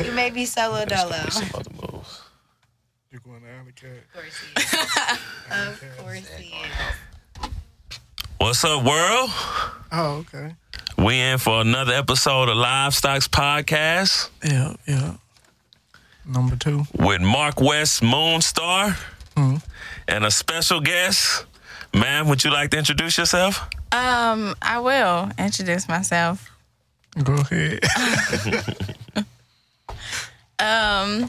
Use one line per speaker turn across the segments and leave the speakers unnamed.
You may be solo dolo.
There's some other moves.
You're going to Alley Cat.
Of course he is. Of course he is.
What's up, world?
Oh, okay.
We in for another episode of Livestock's Podcast
Yeah, yeah. Number two.
with Mark West Moonstar and a special guest. Ma'am, would you like to introduce yourself?
Um, I will introduce myself.
Go ahead.
Um,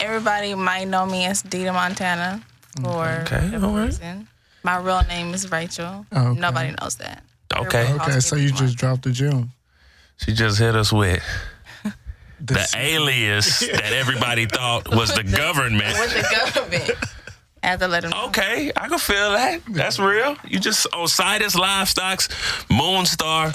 everybody might know me as Dita Montana for
Okay,
whatever
all right.
reason. My real name is Rachel.
Okay.
Nobody knows that.
Okay.
Everyone calls
okay,
me
so you
Dita
just dropped the gym.
She just hit us with the
This,
alias that everybody thought was the government.
Montana. with the government. I have to let them know.
Okay, I can feel that. That's real. You just Osiris Livestock's Moonstar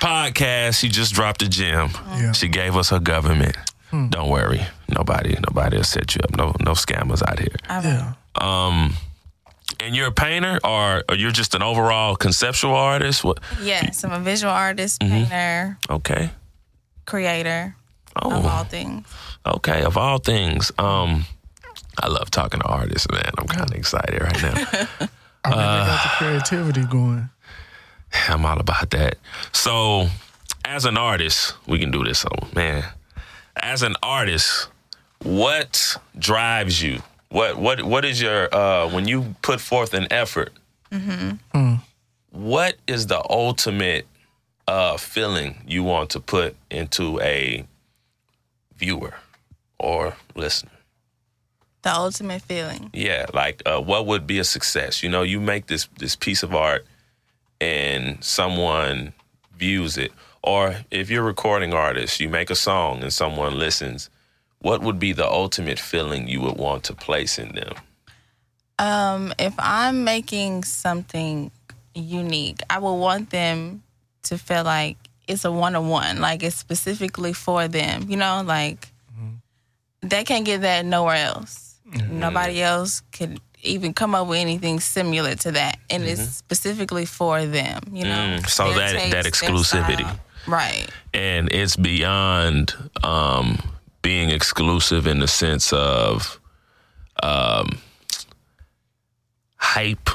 podcast. She just dropped a gem.
Yeah.
She gave us her government. Don't worry, nobody, nobody will set you up. No, no scammers out here.
All
yeah.
right.
Um, and you're a painter, or, or you're just an overall conceptual artist. What?
Yes, I'm a visual artist,
Mm-hmm.
painter,
Okay.
creator
Oh,
of all things.
okay. Of all things, um, I love talking to artists, man. I'm kind of excited right now.
I mean, they got the
Uh,
creativity going.
I'm all about that. So, as an artist, we can do this, on man. As an artist, what drives you? What what what is your uh when you put forth an effort? What is the ultimate uh feeling you want to put into a viewer or listener?
The ultimate feeling.
Yeah, like uh, what would be a success? You know, you make this this piece of art, and someone views it, or if you're a recording artist, you make a song and someone listens. What would be the ultimate feeling you would want to place in them?
Um, if I'm making something unique, I would want them to feel like it's a one on one, like it's specifically for them, you know, like they can't get that nowhere else. Nobody else could even come up with anything similar to that. And it's specifically for them, you know.
Mm-hmm. Mm, so that-
Their
that
taste, their
exclusivity.
style. Right.
and it's beyond um, being exclusive in the sense of um, hype.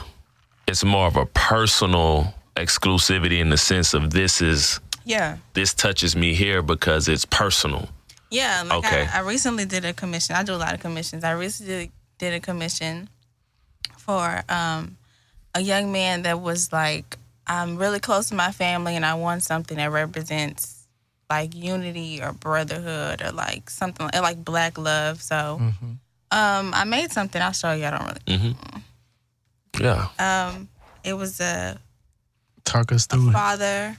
It's more of a personal exclusivity in the sense of this is
Yeah.
this touches me here because it's personal.
Yeah, like
Okay.
I, I recently did a commission. I do a lot of commissions. I recently did a commission for um, a young man that was like, I'm really close to my family and I want something that represents like unity or brotherhood or like something like, like black love. So
mm-hmm.
um, I made something. I'll show you. I don't really.
Yeah.
Um, it was a
Talk us through it.
father,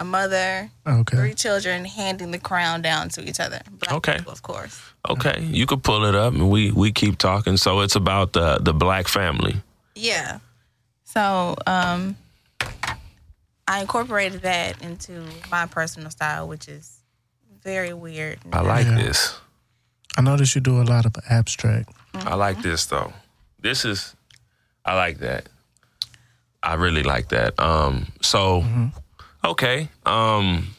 a mother, three
Okay.
children handing the crown down to each other. Black
Okay.
people, of course.
Okay, you could pull it up, and we we keep talking. So it's about the the black family.
Yeah. So um, I incorporated that into my personal style, which is very weird.
I like
Yeah.
this.
I noticed you do a lot of abstract.
I like this though. This is I like that. I really like that. Um so okay. Um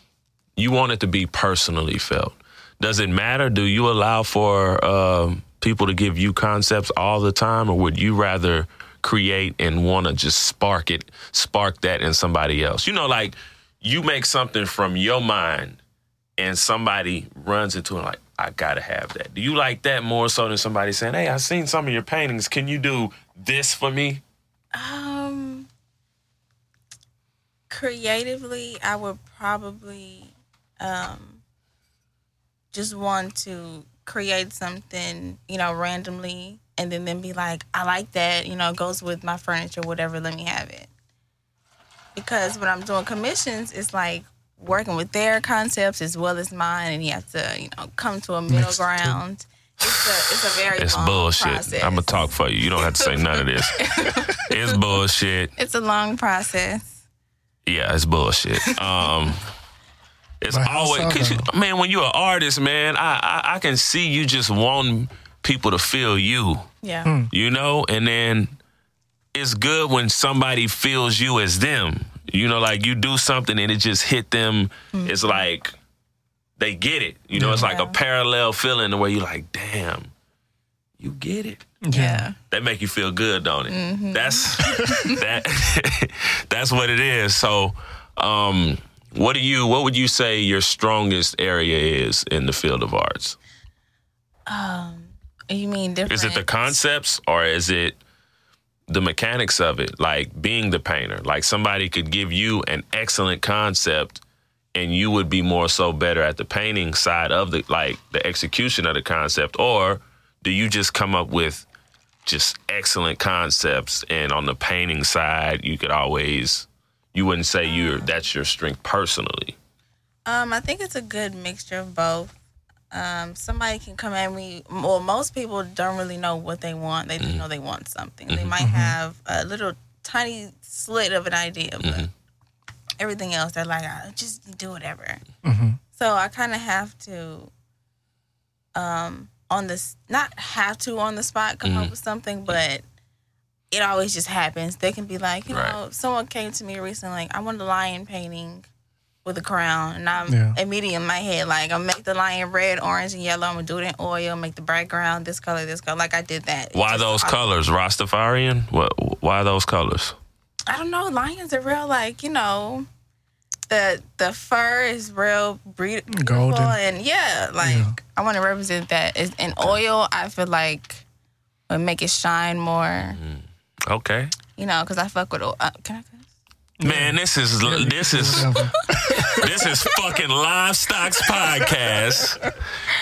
you want it to be personally felt. Does it matter? Do you allow for um people to give you concepts all the time or would you rather create and want to just spark it spark that in somebody else? You know like you make something from your mind and somebody runs into it like I gotta have that. Do you like that more so than somebody saying, "Hey, I seen some of your paintings. Can you do this for me?"
Um, creatively, I would probably um, just want to create something, you know, randomly, and then then be like, I like that, you know, it goes with my furniture, whatever. Let me have it. Because when I'm doing commissions, it's like working with their concepts as well as mine, and you have to, you know, come to a middle
Mixed two.
ground. It's a it's a very
It's
long
bullshit.
Process.
I'm gonna talk for you. You don't have to say none of this. it's bullshit.
It's a long process.
Yeah, it's bullshit. Um, it's
But how
always
so,
cause you-
though?
man. When you're an artist, man, I, I I can see you just wanting people to feel you.
Yeah.
you know and then it's good when somebody feels you as them you know like you do something and it just hit them it's like they get it. You know, it's like a
Yeah.
parallel feeling the way you're like, damn, you get it.
Yeah.
That make you feel good, don't it? That's that that's what it is. So, um, what do you what would you say your strongest area is in the field of arts?
Um, you mean different?
Is it the concepts or is it the mechanics of it? Like being the painter. Like somebody could give you an excellent concept and you would be more so better at the painting side of the like the execution of the concept or do you just come up with just excellent concepts and on the painting side you could always you wouldn't say you're that's your strength personally.
Um, I think it's a good mixture of both. Um, somebody can come at me. Well, most people don't really know what they want. They
Mm-hmm.
just know they want something. They might have a little tiny slit of an idea, but
Mm-hmm.
everything else they're like, "Ah, just do whatever.
Mhm.
So I kind of have to, um, on this not have to on the spot come
Mm-hmm.
up with something, but it always just happens. They can be like, you
Right.
know, someone came to me recently, like, I want a lion painting with a crown, and I'm
Yeah.
immediately in my head like, I'm make the lion red, orange, and yellow. I'm gonna do it in oil, make the background this color, this color. Like I did that.
Why
Just-
those
I-
colors? Rastafarian? What why those colors?
I don't know. Lions are real, like you know, the the fur is real breed- beautiful,
Golden.
and yeah, like
Yeah.
I want to represent that. It's, and oil, I feel like would make it shine more,
Mm-hmm. Okay.
you know, because I fuck with. oil. Uh, can I? cuss?
Man, this is this is
Whatever.
this is fucking livestock's podcast.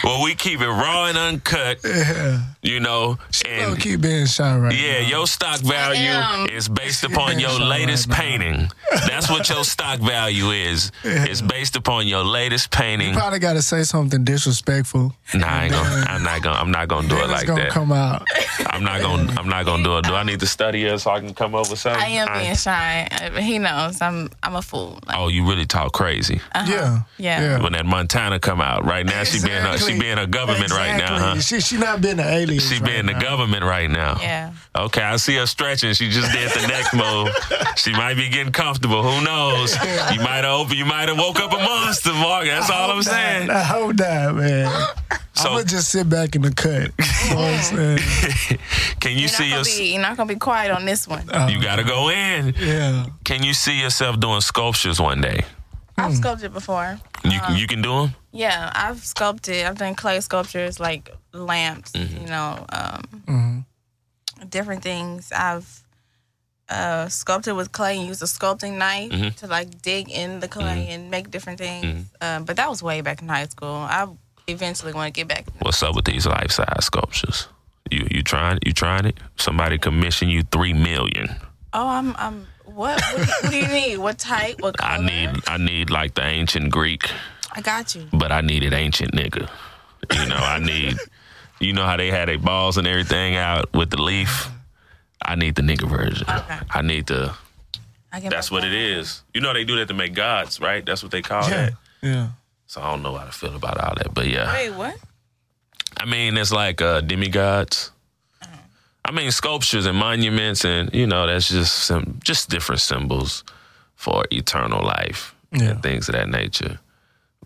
Well, we keep it raw and uncut,
yeah.
you know.
Don't
And
keep being shy right
yeah,
now.
your stock
am.
value is based upon your
Sorry
latest
about
painting. That's what your stock value is. It's based upon your latest painting.
Probably got to say something disrespectful.
Nah, I ain't gonna, I'm not gonna. I'm not gonna do it
It's
like
gonna
that.
come out.
I'm not gonna. I'm not gonna do it. Do I need to study it so I can come up with something?
I am being shy. Uh, He knows I'm. I'm a fool. Like,
Oh, you really talk crazy.
Yeah.
Yeah.
Yeah.
When that Montana come out, right now Uh-huh. she being a, she
Exactly.
being a government right now,
Exactly.
huh?
She she not being an alien.
She
right
being the
now.
government right now.
yeah.
Okay, I see her stretching. She just did the neck move. She might be getting comfortable. Who knows? You might have opened. You might have woke up a monster, Mark. That's all I'm
Oh,
Hold
saying.
on, Hold on, man. I'm
So,
gonna just sit back in the cut. You know what I'm saying?
can you
You're
see
not,
your?
gonna be, you're not gonna be quiet on this one.
You gotta go in.
Yeah.
Can you see yourself doing sculptures one day?
I've sculpted before.
You
Uh-huh.
you can do them.
Yeah, I've sculpted. I've done clay sculptures like lamps,
Mm-hmm.
you know, um,
Oh,
different things. I've uh, sculpted with clay and used a sculpting knife
Mm-hmm.
to like dig in the clay and make different things. Uh, but that was way back in high school. I eventually want to get back.
What's up with these life size sculptures? You you trying you trying it? Somebody commission you three million.
Oh, I'm. I'm. What? What do, you, what do you need? What type? What color?
I need I need like the ancient Greek.
I got you.
but I needed ancient nigga. You know, I need. You know how they had their balls and everything out with the leaf. I need the nigga version.
Okay.
I need the.
I can
That's
make
what it
that.
is. You know they do that to make gods, right? That's what they call
Yeah.
that.
Yeah.
So I don't know how to feel about all that, but yeah.
Wait, what?
I mean, it's like uh, demigods. I mean, sculptures and monuments, and you know, that's just some just different symbols for eternal life
Yeah.
and things of that nature.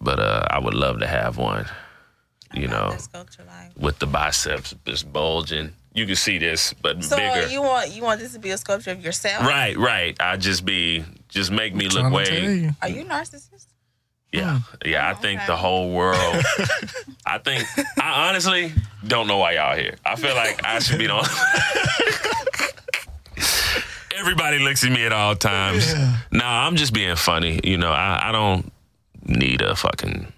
But uh, I would love to have one. You know,
That sculpture line.
with the biceps just bulging. You can see this, but
So uh,
bigger.
you want you want this to be a sculpture of yourself?
right, right. I just be just make me look
Trying to tell
way.
you.
Are you narcissist?
Yeah, yeah. I think
okay.
the whole world. I think I honestly don't know why y'all here. I feel like I should be on. Everybody looks at me at all times.
Yeah.
Nah, I'm just being funny. You know, I, I don't need a fucking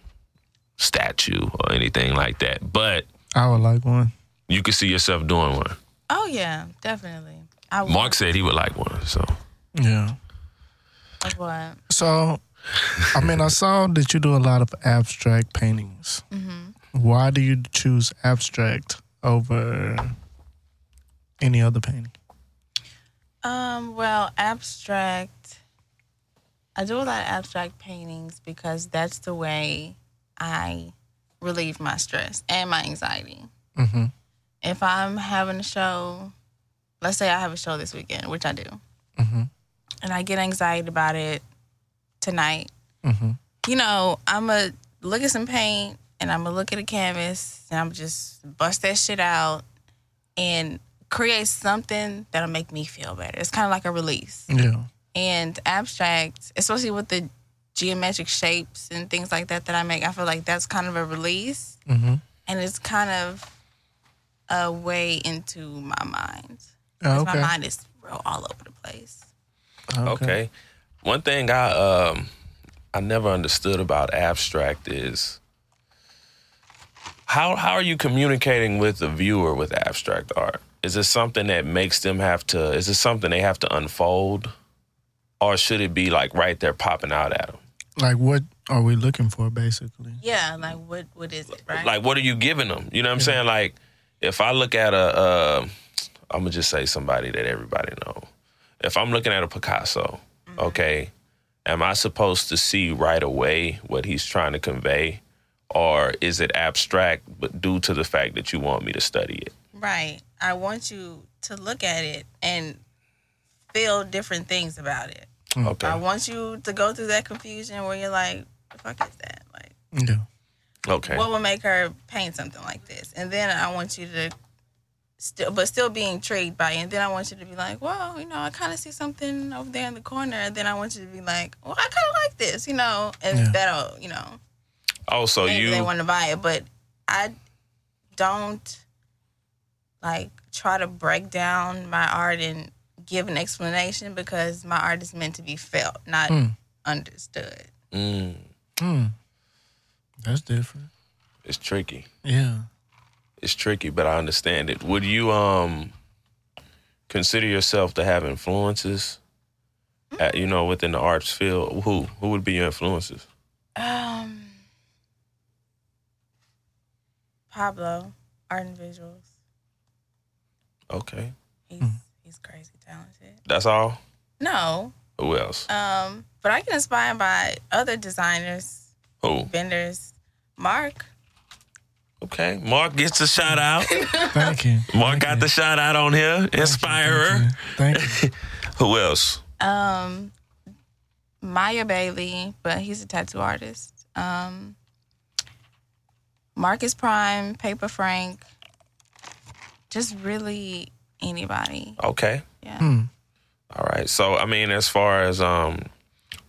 statue or anything like that. But
I would like one.
you can see yourself doing one.
Oh yeah, definitely. I would.
Mark said he would like one, so
Yeah.
I would.
So, I mean, I saw that you do a lot of abstract paintings.
Mm-hmm.
Why do you choose abstract over any other painting?
Um. Well, abstract. I do a lot of abstract paintings because that's the way I relieve my stress and my anxiety.
Mm-hmm.
If I'm having a show, let's say I have a show this weekend, which I do,
Mhm.
and I get anxiety about it tonight.
Mm-hmm.
You know, I'm a look at some paint and I'm gonna look at a canvas and I'm just bust that shit out and create something that'll make me feel better. It's kind of like a release.
Yeah.
And abstract, especially with the geometric shapes and things like that that I make, I feel like that's kind of a release
Mm-hmm.
and it's kind of a way into my mind. 'Cause
okay.
My mind is real all over the place.
Okay. One thing I um I never understood about abstract is how how are you communicating with the viewer with abstract art? Is it something that makes them have to is it something they have to unfold? Or should it be like right there popping out at them?
Like, what are we looking for, basically?
Yeah, like what what is it, right?
Like what are you giving them? You know what I'm saying? Like if I look at a uh I'm gonna just say somebody that everybody know. If I'm looking at a Picasso,
Mm-hmm.
okay, am I supposed to see right away what he's trying to convey, or is it abstract but due to the fact that you want me to study it?
Right. I want you to look at it and feel different things about it. Mm-hmm. I
Okay,
want you to go through that confusion where you're like, the fuck is that? Like,
Yeah.
okay,
what would make her paint something like this? And then I want you to still, but still be intrigued by it. And then I want you to be like, well, you know, I kind of see something over there in the corner. And then I want you to be like, well, I kind of like this, you know, and
Yeah.
that'll, you know.
oh, so
Maybe they
you
want to buy it, but I don't like try to break down my art and give an explanation because my art is meant to be felt, not
Hmm.
understood.
mm,
Hmm. That's different.
it's tricky.
Yeah.
It's tricky, but I understand it. Would you um consider yourself to have influences? At, you know, within the arts field, who who would be your influences?
Um, Pablo, art and visuals.
Okay,
He's he's crazy talented.
that's all.
No,
Who else?
um, but I get inspired by other designers,
Who?
vendors. Mark,
Okay, Mark gets a shout out.
Thank you.
Mark got the shout out on here. Inspirer.
Thank you.
Who else?
um Maya Bailey, but he's a tattoo artist. Um Marcus Prime, Paper Frank, just really anybody.
Okay.
Yeah.
All right. So I mean, as far as um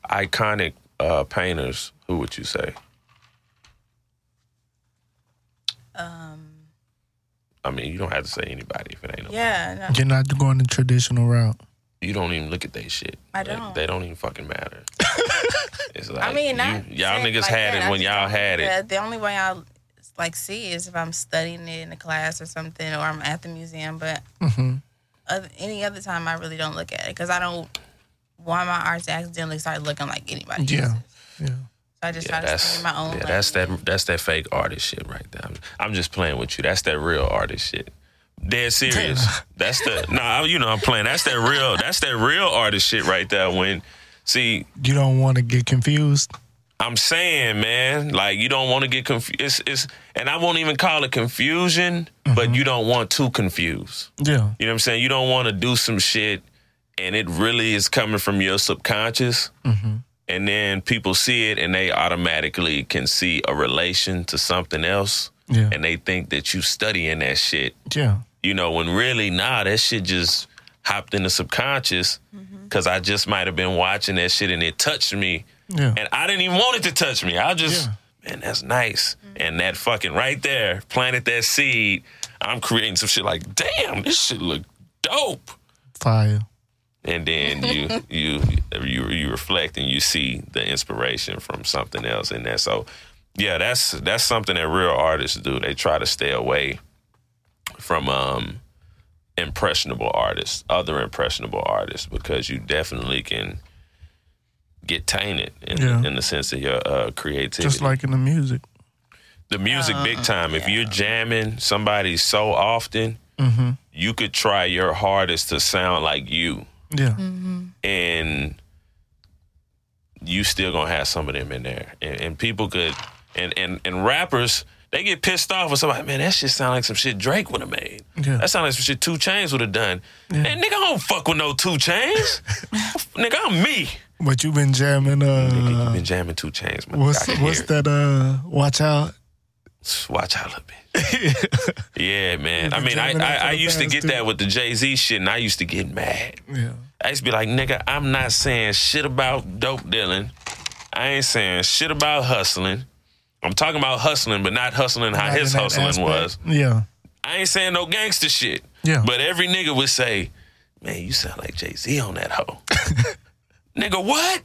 iconic uh painters, who would you say?
Um
I mean, you don't have to say anybody if it ain't. Yeah.
yeah, no,
You're not going the traditional route.
You don't even look at they shit.
I
They-
don't.
They, don't even fucking matter. it's like
I mean, not
you, all
saying
niggas
like
had
that.
it
I
when
just
y'all
don't-
had it.
yeah, The only way I like see is if I'm studying it in a class or something, or I'm at the museum. But
Mm-hmm.
other, any other time, I really don't look at it because I don't want my art to accidentally start looking like anybody.
Yeah.
else's.
Yeah.
So I just
Yeah,
try to
that's
stay in my own.
yeah,
lane.
that's that that's that fake artist shit right there. I'm, I'm just playing with you. That's that real artist shit. Dead serious. that's the no, nah, you know I'm playing. That's that real. That's that real artist shit right there. When see,
You don't want to get confused.
I'm saying, man, like you don't want to get confused. It's, it's and I won't even call it confusion,
Mm-hmm.
but you don't want to confuse.
Yeah.
You know what I'm saying? You don't want to do some shit and it really is coming from your subconscious. And then people see it and they automatically can see a relation to something else.
Yeah.
And they think that you studying that shit.
Yeah.
You know, when really, nah, that shit just hopped in the subconscious because I just might have been watching that shit and it touched me.
Yeah.
And I didn't even want it to touch me. I just, man, that's nice. And that fucking right there planted that seed. I'm creating some shit like, damn, this shit look dope.
Fire.
And then you you you you reflect and you see the inspiration from something else in there. So yeah, that's that's something that real artists do. They try to stay away from um impressionable artists, other impressionable artists, because you definitely can get tainted in,
Yeah.
in the sense of your uh, creativity
Just like in the music.
the music big time. If you're jamming somebody so often, you could try your hardest to sound like you,
Yeah.
and you still gonna have some of them in there. And, and people could, and and and rappers, they get pissed off when somebody, man, that shit sound like some shit Drake would have made.
Yeah.
That sound like some shit Two Chains would have done. And nigga, I don't fuck with no Two Chains. nigga, I'm me.
But you've been jamming.
Nigga, you
Uh,
been jamming two chains, man. I
what's
can
what's
hear it.
that? Uh, watch out.
Watch out a little bit. yeah, man. I
been
mean, I
jamming out
I,
to
I
the
used to
past,
get
too.
that with the Jay Z shit, and I used to get mad.
Yeah.
I used to be like, nigga, I'm not saying shit about dope dealing. I ain't saying shit about hustling. I'm talking about hustling, but not hustling how
Not in
his
that
hustling
aspect.
was.
Yeah.
I ain't saying no gangster shit.
Yeah.
But every nigga would say, man, you sound like Jay Z on that hoe. nigga, what?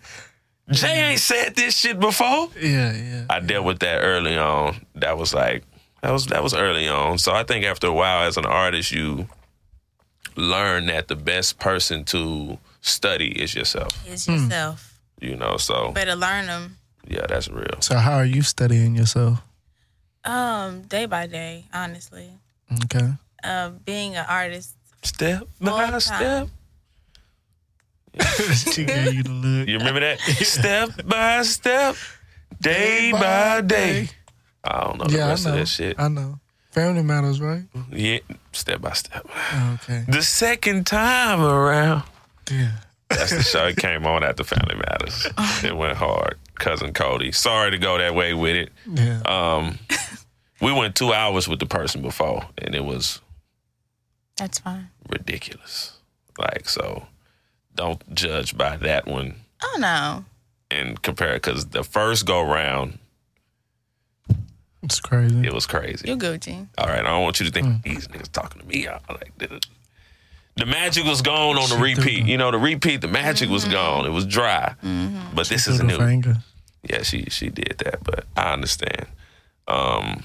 Jay ain't said this shit before.
Yeah. Yeah.
I dealt with that early on. That was like that was that was early on. So I think after a while as an artist you learn that the best person to study is yourself.
It's yourself.
You know, so
Better learn them
yeah, that's real.
So how are you studying yourself?
um, day by day, honestly.
Okay.
Uh, being an artist,
Step
More
by
time.
step.
she gave you the look.
You remember that? step by step. Day by day. I don't know the
Yeah,
rest
I
of
know.
that shit.
I know. Family matters, right?
Yeah, step by step.
Okay.
The second time around.
Yeah.
That's the show. It came on after Family Matters. It went hard. Cousin Cody. Sorry to go that way with it.
Yeah.
Um, we went two hours with the person before, and it was
that's fine.
ridiculous. Like so, don't judge by that one
Oh no,
and compare because the first go round
it's crazy.
it was crazy.
you Gucci.
All right, I don't want you to think these niggas talking to me. I like the, the magic was gone on the
She threw
repeat.
the-
You know, the repeat, the magic was gone. It was dry. But this is new.
Little finger.
yeah, she she did that, but I understand. Um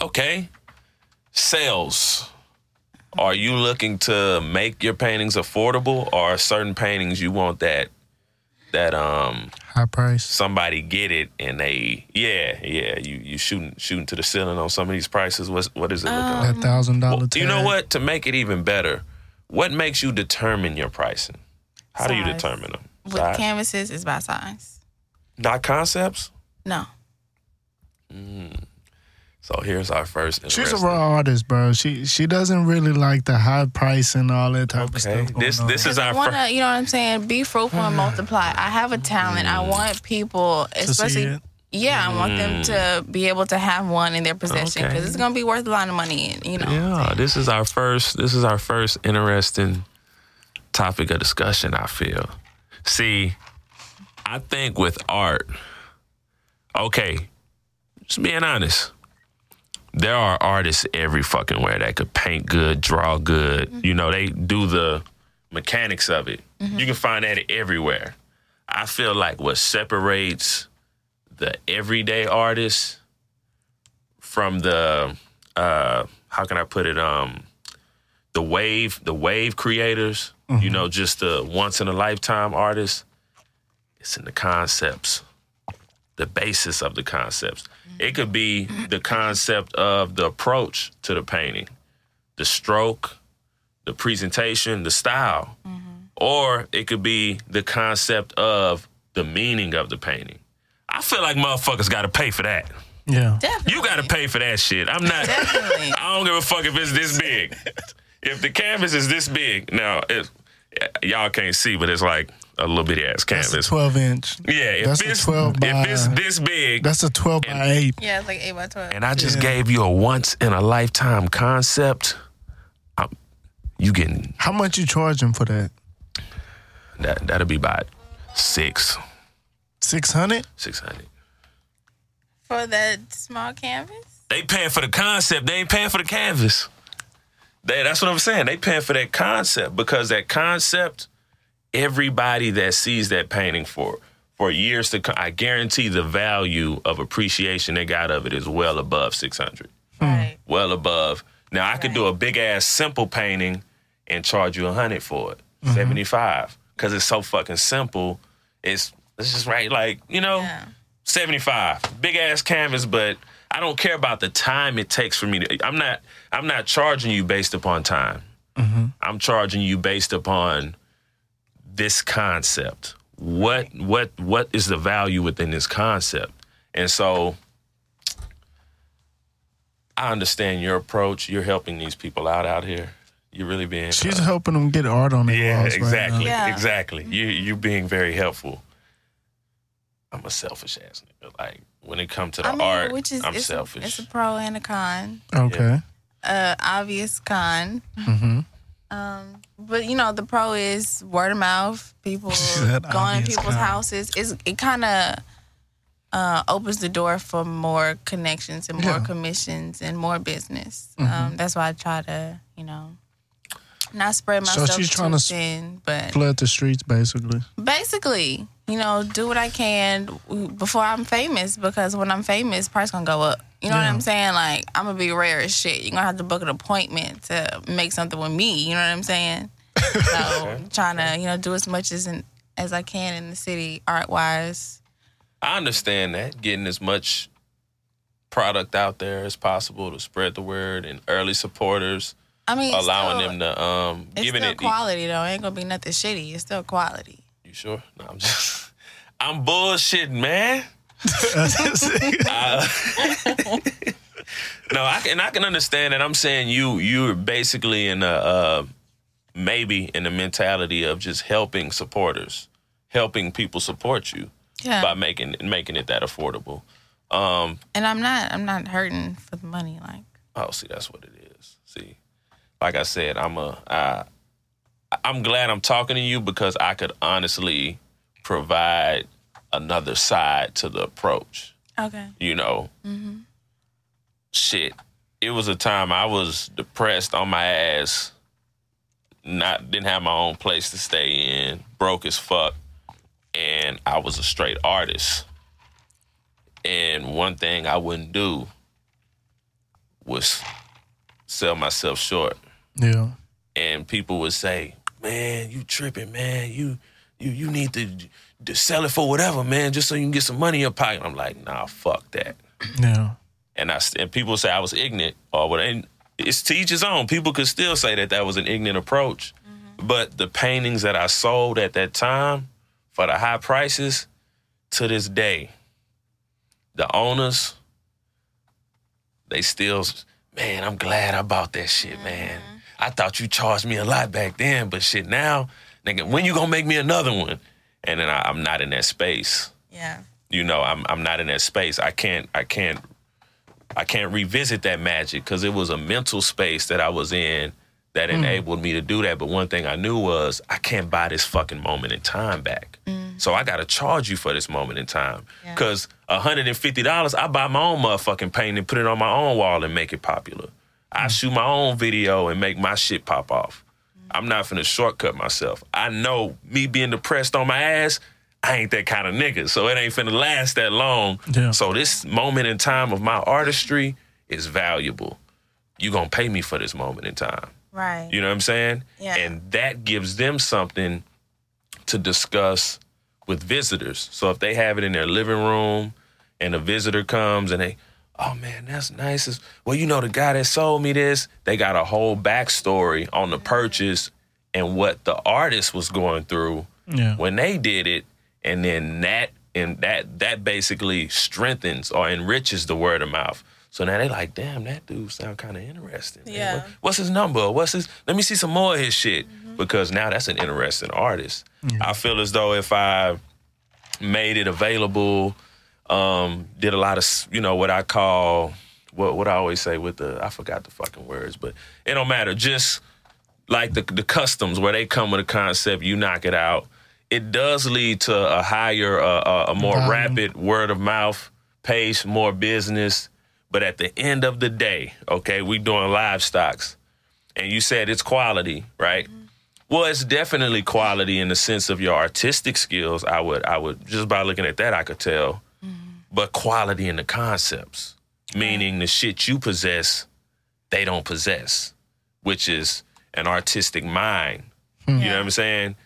okay. Sales. Are you looking to make your paintings affordable or are certain paintings you want that that um
High price.
somebody get it and they yeah, yeah, you you shooting shooting to the ceiling on some of these prices. What's what is it looking
Uh,
like?
That thousand dollar
Well,
tag.
you know what? To make it even better, what makes you determine your pricing? How do you
Size.
determine them?
With
Size?
canvases, it's by size.
Not concepts?
No,
So here's our first.
She's a
interesting-
raw artist, bro. She she doesn't really like the high price and all that type of
Okay.
stuff. going
This
on.
this is our
wanna,
first.
you know what I'm saying? Be fruitful and multiply. I have a talent. I want people,
see
especially,
it.
yeah, I want them
Mm.
to be able to have one in their possession
Okay.
because it's gonna be worth a lot of money. You know,
Yeah, this is our first. This is our first interesting topic of discussion. I feel. See, I think with art. Okay, just being honest. There are artists every fucking where that could paint good, draw good. You know, they do the mechanics of it. You can find that everywhere. I feel like what separates the everyday artist from the uh how can I put it um the wave the wave creators, you know, just the once in a lifetime artists. It's in the concepts, the basis of the concepts. It could be the concept of the approach to the painting, the stroke, the presentation, the style, or it could be the concept of the meaning of the painting. I feel like motherfuckers got to pay for that.
Yeah.
definitely.
You got to pay for that shit. I'm not.
Definitely.
I don't give a fuck if it's this big. if the canvas is this big, now if y'all can't see, but it's like a little bitty ass
That's a
canvas.
twelve inch.
yeah, if
that's a
it's
12 by-
if it's this big,
That's a twelve by eight.
Yeah, it's like eight by twelve.
and I just
Yeah.
gave you a once in a lifetime concept, I'm, you getting
How much you charging for that?
that? That'll be about six,
Six hundred?
six hundred.
For that small canvas?
They paying for the concept. They ain't paying for the canvas. They, that's what I'm saying. They paying for that concept because that concept, everybody that sees that painting for for years to come, I guarantee the value of appreciation they got of it is well above 600.
Right.
Well above. Now I could do a big ass simple painting and charge you 100 for it, 75, because it's so fucking simple. It's it's just right, like you know.
Yeah.
75 big ass canvas but i don't care about the time it takes for me to i'm not i'm not charging you based upon time i'm charging you based upon this concept what what what is the value within this concept and so i understand your approach you're helping these people out out here You're really being.
She's
uh,
helping them get art on their
yeah,
walls right
exactly,
now.
Yeah. Mm-hmm.
exactly. You you being very helpful. I'm a selfish ass nigga. Like when it comes to the
I mean,
art,
which is
I'm
it's,
selfish.
A, it's a pro and a con.
Okay.
Uh, obvious con.
Mm-hmm.
Um, but you know, the pro is word of mouth. People
She said
going to
obvious
people's
con.
houses. It's, it kind of uh, opens the door for more connections and more
Yeah. Mm-hmm.
commissions and more business. Um, that's why I try to, you know, not spread
So
myself
she's
too
trying to s-
thin, but
Flood the streets, basically.
basically, you know, do what I can before I'm famous because when I'm famous, price gonna go up. You know
Yeah.
what I'm saying? Like I'm gonna be rare as shit. You're gonna have to book an appointment to make something with me. You know what I'm saying? So trying to you know do as much as in, as I can in the city art wise.
I understand that getting as much product out there as possible to spread the word and early supporters,
I mean, it's
allowing
still,
them to um
It's
giving
still
it.
quality though. It ain't gonna be nothing shitty. It's still quality.
You sure? No, I'm just. I'm bullshitting, man. No, I can I can understand that. I'm saying you you're basically in a uh, maybe in the mentality of just helping supporters, helping people support you
Yeah.
by making making it that affordable. Um,
And I'm not. I'm not hurting for the money. Like
oh, see, that's what it is. See, like I said, I'm a I, I'm glad I'm talking to you because I could honestly provide another side to the approach.
okay.
you know. Shit. It was a time I was depressed on my ass, not didn't have my own place to stay in, broke as fuck, and I was a straight artist. And one thing I wouldn't do was sell myself short
Yeah.
and people would say, "Man, you tripping, man. You you you need to, to sell it for whatever, man, just so you can get some money in your pocket." I'm like, "Nah, fuck that."
Yeah.
And I and people say I was ignorant or what. And it's to each his own. People could still say that that was an ignorant approach, but the paintings that I sold at that time for the high prices, to this day, the owners, they still, man, I'm glad I bought that shit, man. I thought you charged me a lot back then, but shit now, nigga, when you gonna make me another one? And then I, I'm not in that space.
Yeah.
You know, I'm I'm not in that space. I can't I can't I can't revisit that magic because it was a mental space that I was in that enabled me to do that. But one thing I knew was I can't buy this fucking moment in time back. So I gotta charge you for this moment in time.
Yeah.
Cause $150, I buy my own motherfucking paint and put it on my own wall and make it popular. I shoot my own video and make my shit pop off. I'm not finna shortcut myself. I know me being depressed on my ass, I ain't that kind of nigga. So it ain't finna last that long.
Yeah.
So this moment in time of my artistry is valuable. You gonna pay me for this moment in time.
Right.
You know what I'm saying?
Yeah.
And that gives them something to discuss with visitors. So if they have it in their living room and a visitor comes and they, oh man, that's nice. It's- Well, you know, the guy that sold me this, they got a whole backstory on the purchase and what the artist was going through
Yeah.
when they did it and then that and that that basically strengthens or enriches the word of mouth so now they like damn that dude sound kind of interesting man.
Yeah.
What- what's his number what's his let me see some more of his shit because now that's an interesting artist i feel as though if i made it available um did a lot of s- you know what i call what what i always say with the i forgot the fucking words but it don't matter just like the the customs where they come with a concept, you knock it out. It does lead to a higher, uh, uh, a more
Volume.
rapid word of mouth pace, more business. But at the end of the day, okay, we doing livestocks, and you said it's quality, right? Well, it's definitely quality in the sense of your artistic skills. I would, I would just by looking at that, I could tell. But quality in the concepts, meaning the shit you possess, they don't possess which is an artistic mind. You know what I'm saying?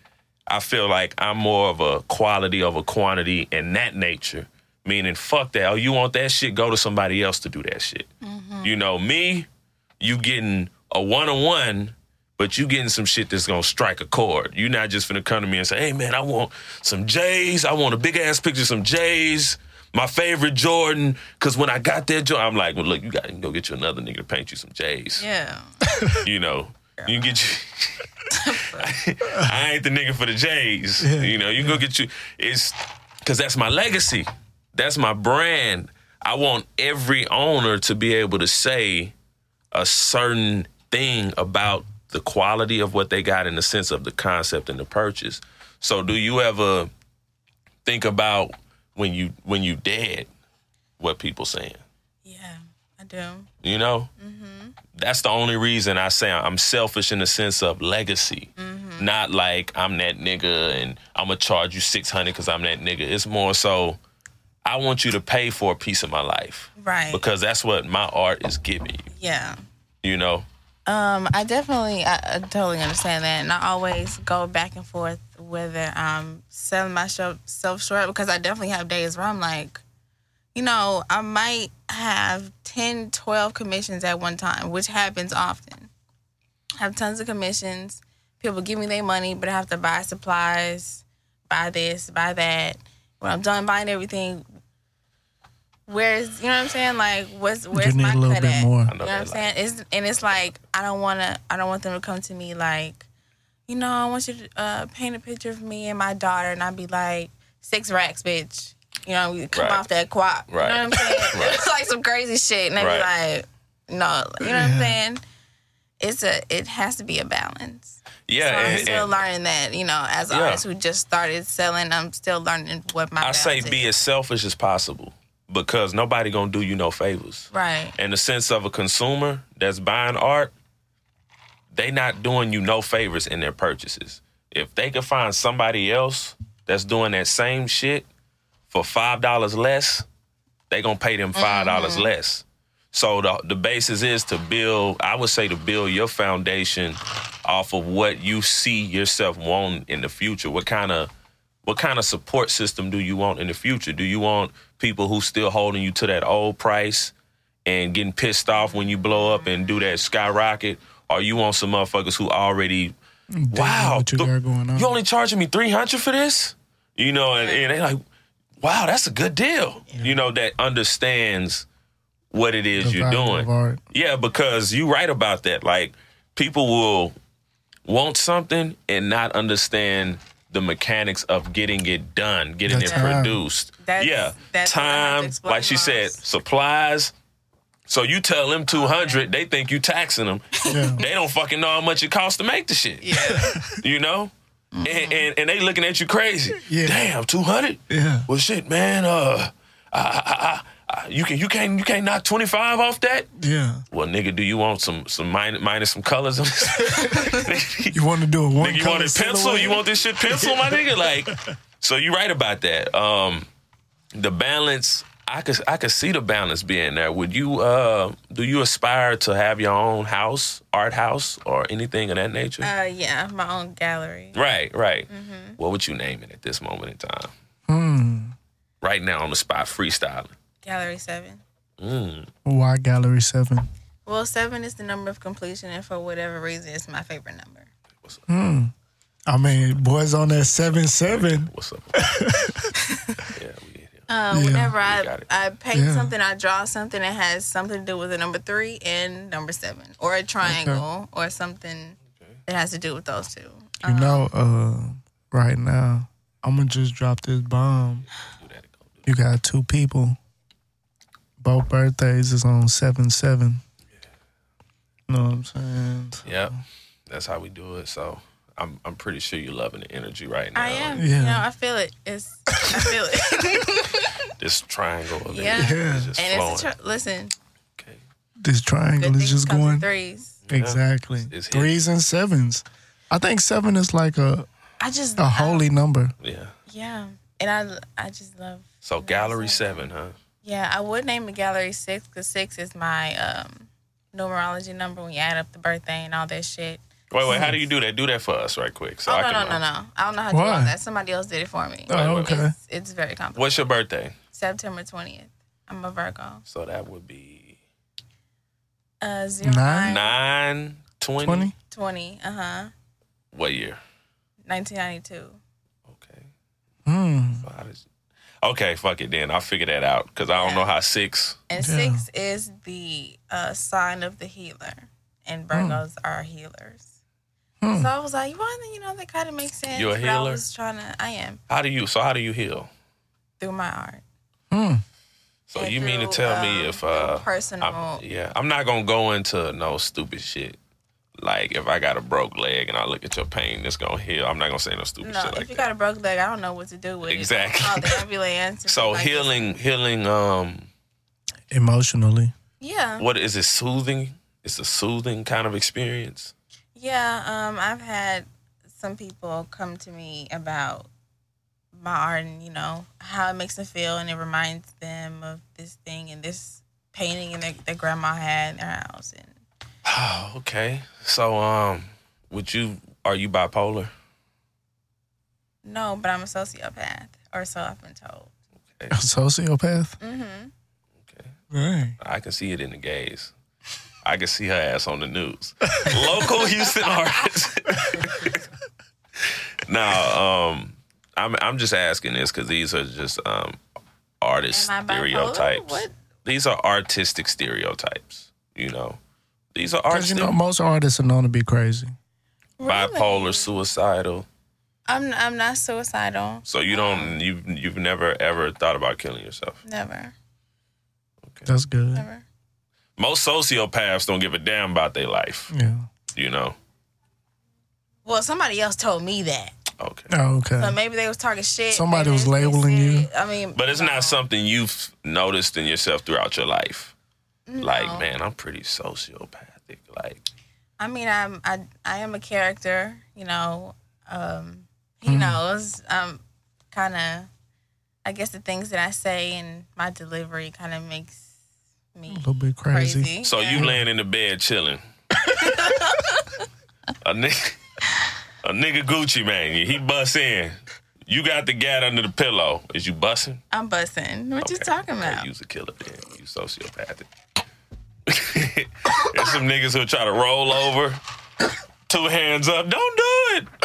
I feel like I'm more of a quality over quantity in that nature. Meaning, fuck that. Oh, you want that shit? Go to somebody else to do that shit. You know, me, you getting a one on one, but you getting some shit that's gonna strike a chord. You're not just gonna come to me and say, hey man, I want some J's. I want a big ass picture, of some J's. My favorite Jordan, because when I got that Jordan, I'm like, well, look, you gotta go get you another nigga to paint you some J's
Yeah.
you know, You get you. I ain't the nigga for the J's. You know, you go get you. It's because that's my legacy. That's my brand. I want every owner to be able to say a certain thing about the quality of what they got in the sense of the concept and the purchase. So, do you ever think about when you when you dead what people saying?
Yeah, I do.
You know, that's the only reason I say I'm selfish in the sense of legacy. Not like I'm that nigga and I'm gonna charge you six hundred because I'm that nigga. It's more so I want you to pay for a piece of my life
Right.
because that's what my art is giving you.
yeah.
You know,
Um, I definitely, I, I totally understand that, and I always go back and forth whether I'm selling myself short because I definitely have days where I'm like, you know, I might have 10, 12 commissions at one time, which happens often. I have tons of commissions. People give me their money, but I have to buy supplies, buy this, buy that. When I'm done buying everything, where's you know what I'm saying? Like, what's where's
need
my
a little
cut
bit
at?
more. I know
You know what I'm
that
saying? It's and it's like I don't wanna, I don't want them to come to me like, you know, I want you to uh, paint a picture of me and my daughter, and I'd be like, six racks, bitch. You know, we come
Right.
off that quap. You know what I'm saying?
Right.
It's like some crazy shit, and they'd
Right.
be like, no, you know what I'm saying? It's a, it has to be a balance.
yeah.
So I'm
and-
still
and-
learning that, you know, as an
Yeah.
artist who just started selling, I'm still learning what
I
my balance
say
is.
be as selfish as possible because nobody gonna do you no favors.
right,
In the sense of a consumer that's buying art, they not doing you no favors in their purchases. If they could find somebody else that's doing that same shit for five dollars less, they gonna pay them five dollars less. So the the basis is to build. I would say to build your foundation off of what you see yourself wanting in the future. What kind of what kind of support system do you want in the future? Do you want people who still holding you to that old price and getting pissed off when you blow up and do that skyrocket, or you want some motherfuckers who already wow
what you
th-
got going on.
you only charging me three hundred for this? You know, and, and they like, wow, that's a good deal. You know, that understands what it is
The
you're
value
doing.
of art.
Yeah, because you right about that. Like people will want something and not understand the mechanics of getting it done, getting
The
it
time.
produced.
That's-
yeah,
that's what I have to
time.
explain
Like she said,
most.
supplies. So you tell them two hundred, they think you taxing them.
Yeah.
They don't fucking know how much it costs to make the shit.
yeah,
You know. And, and and they looking at you crazy.
Mm-hmm. Yeah.
Damn, two hundred.
Yeah.
Well, shit, man. Uh, I, I, I, I, you can you can't you can't knock twenty five off that.
Yeah.
Well, nigga, do you want some some minus, minus some colors on this? Nigga,
You want to do a one
you want it pencil? You want this shit pencil, my nigga? Like, so you right about that. Um, the balance, I could I could see the balance being there. Would you uh do you aspire to have your own house, art house, or anything of that nature?
uh, mm-hmm. yeah, my own gallery.
right, right. What would you name it at this moment in time?
Hmm.
Right now on the spot, freestyling. Mm,
Gallery seven.
Why Gallery 7?
Well, seven is the number of completion, and for whatever reason, it's my favorite number.
I mean, boys on that 7 7.
What's up? yeah, we in here.
Uh,
Yeah.
Whenever I,
got it.
I paint
Yeah.
something, I draw something that has something to do with the number three and number seven, or a triangle, or something that has to do with those two. Um,
You know,
Uh-huh.
uh, right now, I'm going to just drop this bomb. You got two people. Both birthdays is on 7 7. You know what I'm saying?
Yep. That's how we do it. So I'm I'm pretty sure you're loving the energy right now.
I am.
Yeah.
You know, I feel it. It's I feel it.
This triangle of
Yeah.
energy
Yeah.
is just
and
flowing.
it's a tr- listen.
okay.
This
Good
triangle
things
is just
comes in
going.
threes.
Exactly.
It's hidden.
Threes and sevens. I think seven is like a,
I just
a
I-
holy number.
Yeah.
yeah, and I I just love.
So gallery seven, huh?
Yeah, I would name the gallery six because six is my um numerology number when you add up the birthday and all that shit.
Wait, wait. How do you do that? Do that for us, right quick. So
Oh
I
no
can.
no
uh,
no no! I don't know how to do all
Why?
that. Somebody else did it for me.
Oh,
wait,
okay.
It's, it's very complicated.
What's your birthday?
September twentieth. I'm a Virgo.
So that would be
Uh, zero
Nine?
nine,
nine twenty.
20?
twenty. Uh huh.
What year?
Nineteen ninety two.
Okay.
Hmm.
So how does- Okay, fuck it then. I'll figure that out because I don't know how six.
And
Yeah.
six is the uh, sign of the healer. and
Hmm.
Virgos are healers. So I was like, well, you know, that kind of makes sense.
You a
but
healer?
I was trying to. I am
How do you? So how do you heal?
through my art.
Hmm.
So
and
you mean to
through,
tell me
um,
if uh,
through personal?
I'm, yeah, I'm not gonna go into no stupid shit. Like if I got a broke leg and I look at your pain, it's gonna heal. I'm not gonna say no stupid
no,
shit like
if you
that.
got a broke leg, I don't know what to do with
Exactly.
it. Call the ambulance. and
so
like,
healing, healing. Um,
Emotionally.
Yeah,
what is it? Soothing. It's a soothing kind of experience.
yeah. Um, I've had some people come to me about my art and you know how it makes them feel, and it reminds them of this thing and this painting and their, their grandma had in their house. And
Oh, okay. So um, would you? Are you bipolar?
no, but I'm a sociopath, or so I've been told.
A sociopath?
Mm-hmm.
Okay.
Right.
I can see it in the gaze. I can see her ass on the news. Local Houston artist. now, um, I'm I'm just asking this because these are just um, artist
Am I bipolar?
stereotypes.
What?
These are artistic stereotypes. You know, these are
Because
artists.
you know, most artists are known to be crazy.
bipolar, suicidal.
I'm I'm not suicidal.
So you don't you you've never ever thought about killing yourself.
Never,
That's good.
never.
Most sociopaths don't give a damn about their life.
Yeah.
You know.
Well, somebody else told me that.
Okay.
Oh, okay.
So maybe they was talking shit.
Somebody
Maybe
was
they
labeling you.
serious. I mean,
But it's
no.
not something you've noticed in yourself throughout your life.
No.
Like, man, I'm pretty sociopathic. Like,
I mean, I'm I I am a character. You know, um, he knows. Um, kind of. I guess the things that I say and my delivery kind of makes me
a little bit crazy.
crazy.
so
Yeah.
you laying in the bed chilling. a nigga, a nigga Gucci man, he bust in. You got the gat under the pillow. Is you busting?
I'm busting. What you
Okay,
talking
okay,
about?
You's a killer then. You sociopathic. There's some niggas who try to roll over, two hands up. Don't do it.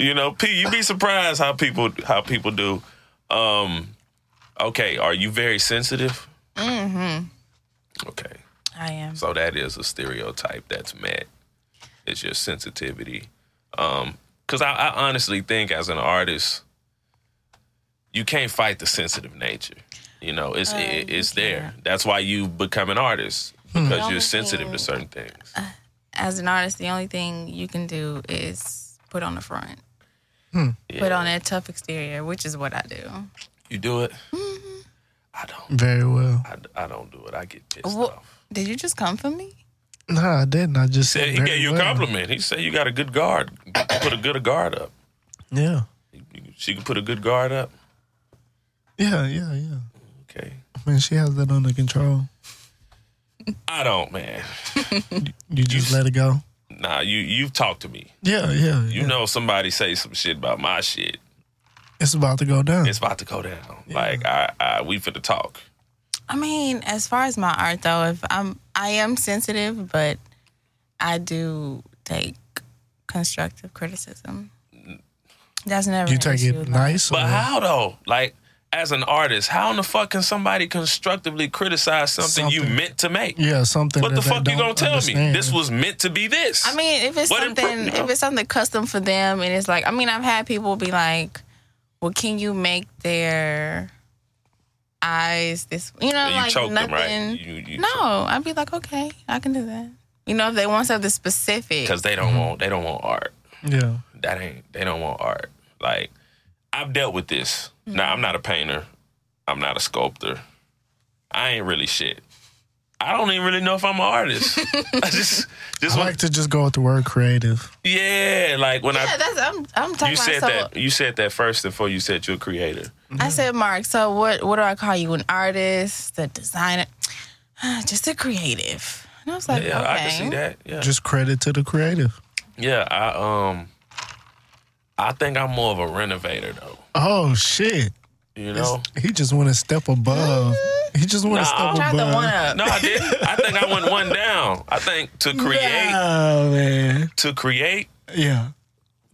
You know, P, you be surprised how people how people do. Um, okay, are you very sensitive? Mm-hmm. Okay.
I am.
So that is a stereotype that's met. It's your sensitivity. Um, cause I, I honestly think as an artist, you can't fight the sensitive nature. You know, it's it, it's there. That's why you become an artist because you're
only
sensitive to
thing-
certain things.
As an artist, the only thing you can do is put on the front. Put
Yeah.
on that tough exterior, which is what I do.
You do it. I don't.
Very well.
I, I don't do it. I get pissed
Wha-
off.
Did you just come for me?
No, I didn't. I just said
He
very
gave you a
well.
compliment. He said you got a good guard. Put a good guard up.
Yeah.
She can put a good guard up.
Yeah, yeah, yeah.
Okay.
I mean, she has that under control.
I don't, man.
You just let it go.
Nah, you you've talked to me.
Yeah, yeah.
You
yeah.
know somebody say some shit about my shit.
it's about to go down.
It's about to go down. Like I, I we finna talk.
I mean, as far as my art though, if I'm I am sensitive, but I do take constructive criticism. That's never
You
an
take
issue
it
with me.
nice.
But
or-
how though? Like as an artist, how in the fuck can somebody constructively criticize something, you
Something.
meant to make?
Yeah, something.
What the
that they
fuck you
don't
gonna tell me?
understand.
This was meant to be this.
I mean, if it's
What in pr-
something
you know?
if it's something custom for them and it's like I mean, I've had people be like, Well, can you make their eyes this you know,
you
like
choked
nothing.
them, right? You, you
no, I'd be like, Okay, I can do that. You know, if they want something specific.
because they don't
Mm-hmm.
want they don't want art.
Yeah.
that ain't they don't want art. Like I've dealt with this. Now I'm not a painter. I'm not a sculptor. I ain't really shit. I don't even really know if I'm an artist. I just just
I
want-
like to just go with the word creative.
yeah, like when
Yeah, that's I'm
I
I'm talking
you
about
said
so
that you said that first before you said you're a creator.
I said, Mark. So what? What do I call you? An artist, a designer, just a creative. And I was like,
Yeah,
okay.
I can see that. Yeah.
Just credit to the creative.
yeah, I um I think I'm more of a renovator though.
Oh shit!
You know?
He just want to step above. He just want to
Nah.
step
Tried the
above.
one up.
No, I didn't. I think I went one down. I think to create
Oh man.
to create
Yeah.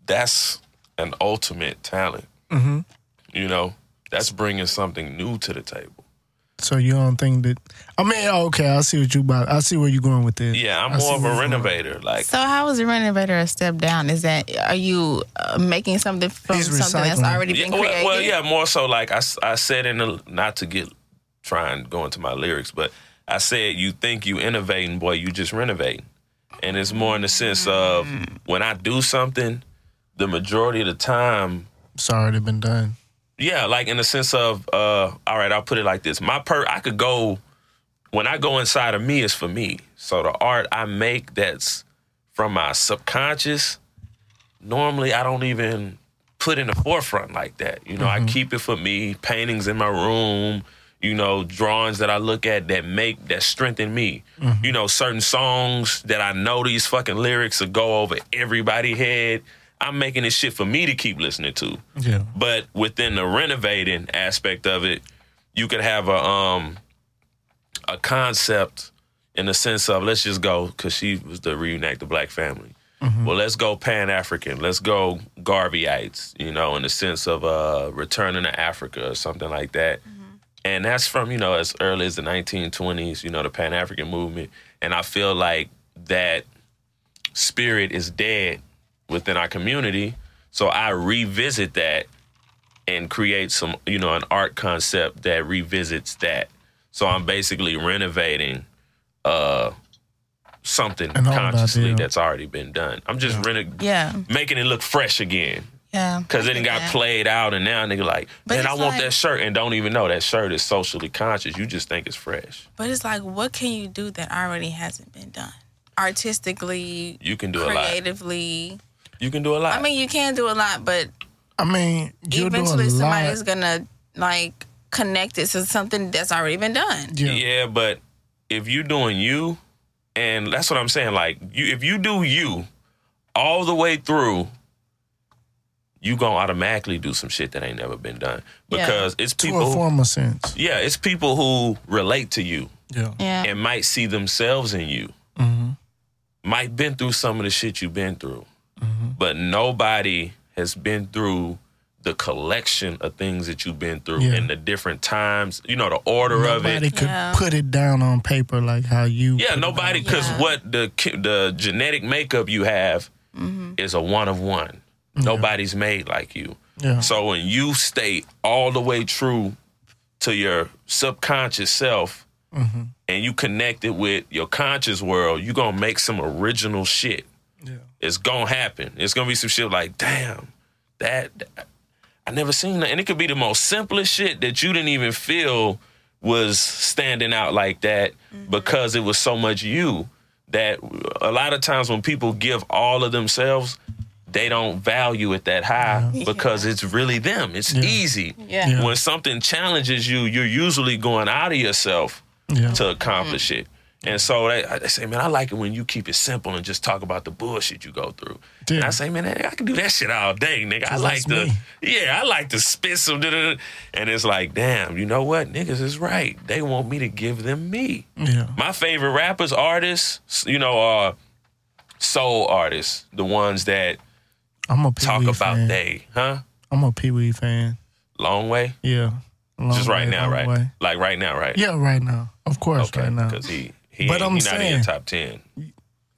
that's an
Mm-hmm.
ultimate talent. You know, that's bringing something new to the table.
So you don't think that? I mean, oh, okay, I see what you about. I see where you're going with this.
Yeah,
I
I'm
see
more of
where
a
you're going.
renovator. Like
So how is a renovator a step down? Is that are you uh, making something from
He's
something that's
recycling.
already been
Yeah,
created?
well, well, yeah, more so like I, s- I said in the not to get try and go into my lyrics, but I said you think you innovating, boy, you just renovating, and it's more in the sense of
Mm.
when I do something, the majority of the time
It's already been done.
yeah, like in the sense of, uh, all right, I'll put it like this. My per, I could go when I go inside of me is for me. So the art I make that's from my subconscious. Normally, I don't even put in the forefront like that. You know, I keep it for me. Paintings in my room. You know, drawings that I look at that make that strengthen me. You know, certain songs that I know these fucking lyrics will go over everybody's head. I'm making this shit for me to keep listening to.
Yeah.
But within the renovating aspect of it, you could have a um a concept in the sense of let's just go because she was the reunite the black family. Well, let's go Pan African. Let's go Garveyites. You know, in the sense of uh returning to Africa or something like that. And that's from you know as early as the 1920s. You know, the Pan African movement. And I feel like that spirit is dead within our community. So I revisit that and create some, you know, an art concept that revisits that. So I'm basically renovating uh something
An old
consciously
idea.
that's already been done. I'm just reno-
yeah,
making it look fresh again.
yeah.
Cause it done got
Yeah.
played out and now nigga like,
But
man, I
it's
want
like-
that shirt and don't even know that shirt is socially conscious. You just think it's fresh.
But it's like, what can you do that already hasn't been done artistically,
You can do a lot. Uh,
creatively?
You can do a lot.
I mean, you can do a lot, but
I mean, you're
eventually
doing a lot.
somebody's gonna like connect it to something that's already been done.
yeah.
Yeah, but if you doing you, and that's what I'm saying. Like you, if you do you all the way through, you gonna automatically do some shit that ain't never been done
Yeah.
because it's
To a
people.
former sense.
yeah, it's people who relate to you
Yeah.
Yeah.
and might see themselves in you.
Mm-hmm.
Might been through some of the shit you've been through,
Mm-hmm.
but nobody has been through the collection of things that you've been through
Yeah.
and the different times. You know the order of it.
Nobody could
Yeah.
put it down on paper like how you.
Yeah,
put it
nobody,
down.
because
Yeah.
what the ki- the genetic makeup you have is a one of one. Nobody's made like you.
Yeah.
So when you stay all the way true to your subconscious self, and you connect it with your conscious world, you gonna make some original shit.
Yeah.
It's gonna happen. It's gonna be some shit like, damn, that I never seen that. And it could be the most simplest shit that you didn't even feel was standing out like that because it was so much you that a lot of times when people give all of themselves, they don't value it that high because it's really them. It's easy.
Yeah.
Yeah.
When something challenges you, you're usually going out of yourself
Yeah.
to accomplish it. And so they, I- they say, man, I like it when you keep it simple and just talk about the bullshit you go through. And
Yeah.
I say, man, I can do that shit all day, nigga. I
Cause
like
that's
to,
me.
yeah, I like to spit some. da-da-da. And it's like, damn, you know what? Niggas is right. They want me to give them me.
Yeah.
My favorite rappers, artists, you know, are soul artists, the ones that
I'm a Pee
talk
Wee
about
fan.
they, huh?
I'm a Pee Wee fan.
Long way,
Yeah. Long
just right
way,
now,
long
right?
way.
Like right now, right?
Yeah, right now. Of course,
okay,
right now.
because he. He
But
ain't-
I'm
he not in
saying-
your top ten.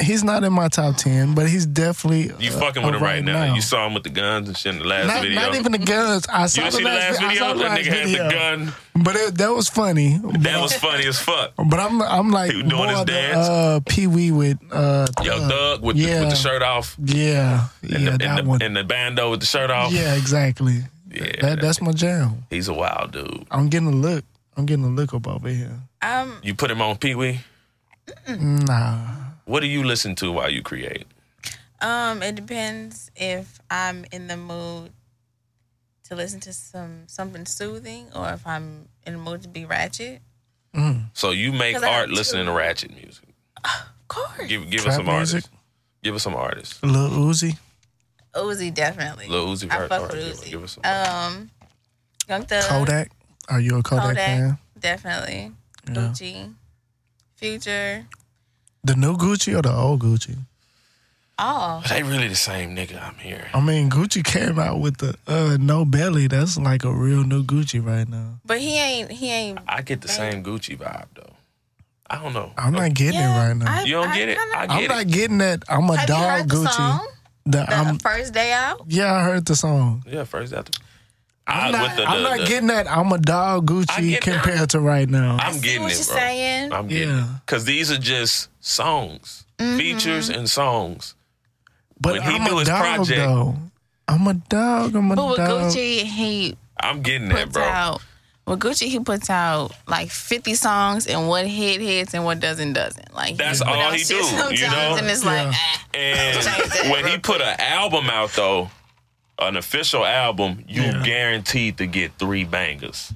He's not in my top ten, but he's definitely.
You
uh,
fucking
uh,
with him right now. You saw him with the guns and shit in the last
not,
video.
not even the guns. I
you
saw
didn't
the
see
last,
the last
I saw
video?
the
That
last
nigga
video.
had the gun.
But it, that was funny.
That was funny as fuck.
But I'm I'm like
He was doing
more
his
of the,
dance.
uh, Pee Wee with uh,
Yo,
Thug.
Thug with, the,
yeah.
with the shirt off.
yeah
And,
yeah
the,
that
and,
one
the, and the bando with the shirt off.
yeah exactly
Yeah,
that that's my jam.
He's a wild dude.
I'm getting a look. I'm getting a look up over here.
Um,
You put him on Pee Wee.
Nah,
What do you listen to while you create?
um, it depends if I'm in the mood to listen to some something soothing or if I'm in the mood to be ratchet.
Mm.
So you make
'Cause I have
art listening
two.
to ratchet music.
Of course.
Give give us
Trap
some artists.
music?
Give us some artists.
Lil Uzi.
Uzi definitely.
Lil Uzi
I
Vert,
fuck
alright,
with
give-
Uzi.
give us some.
um, Young Thug.
Kodak. Are you a Kodak,
Kodak,
fan?
definitely.
Yeah.
Gucci, Future.
The new Gucci or the old Gucci?
all.
But they really the same nigga I'm hearing.
I mean, Gucci came out with the uh, no belly. That's like a real new Gucci right now.
But he ain't. He ain't.
I get the same Gucci vibe though. I don't know.
I'm not getting
Yeah,
it right now.
I-
I,
You don't get it?
kinda-
I get
am
it.
not getting that. I'm a
Have you
dog
heard the
Gucci.
song?
The-
The
I'm-
first day out.
yeah, I heard the song.
Yeah, first after.
I'm
I-
not,
with the-
I'm
the-
not
the-
getting that. I'm a dog
I
Gucci
get that.
compared to right now.
I'm
see
getting
what
it,
you're
bro.
saying.
I'm getting
Yeah.
Because these are just songs,
Mm-hmm.
features, and songs.
but
when he
I'm
do
a
his
dog
project-
though. I'm a dog. I'm a
But with
dog.
Gucci, he
I'm getting that,
puts
bro.
out. With Gucci, he puts out like 50 songs and what hit hits and what doesn't doesn't. Like
That's
he put
all
out
he
shit
do, you
sometimes
know?
And it's
Yeah.
like, ah,
And when he put an album out though, an official album, you
Yeah.
guaranteed to get three bangers.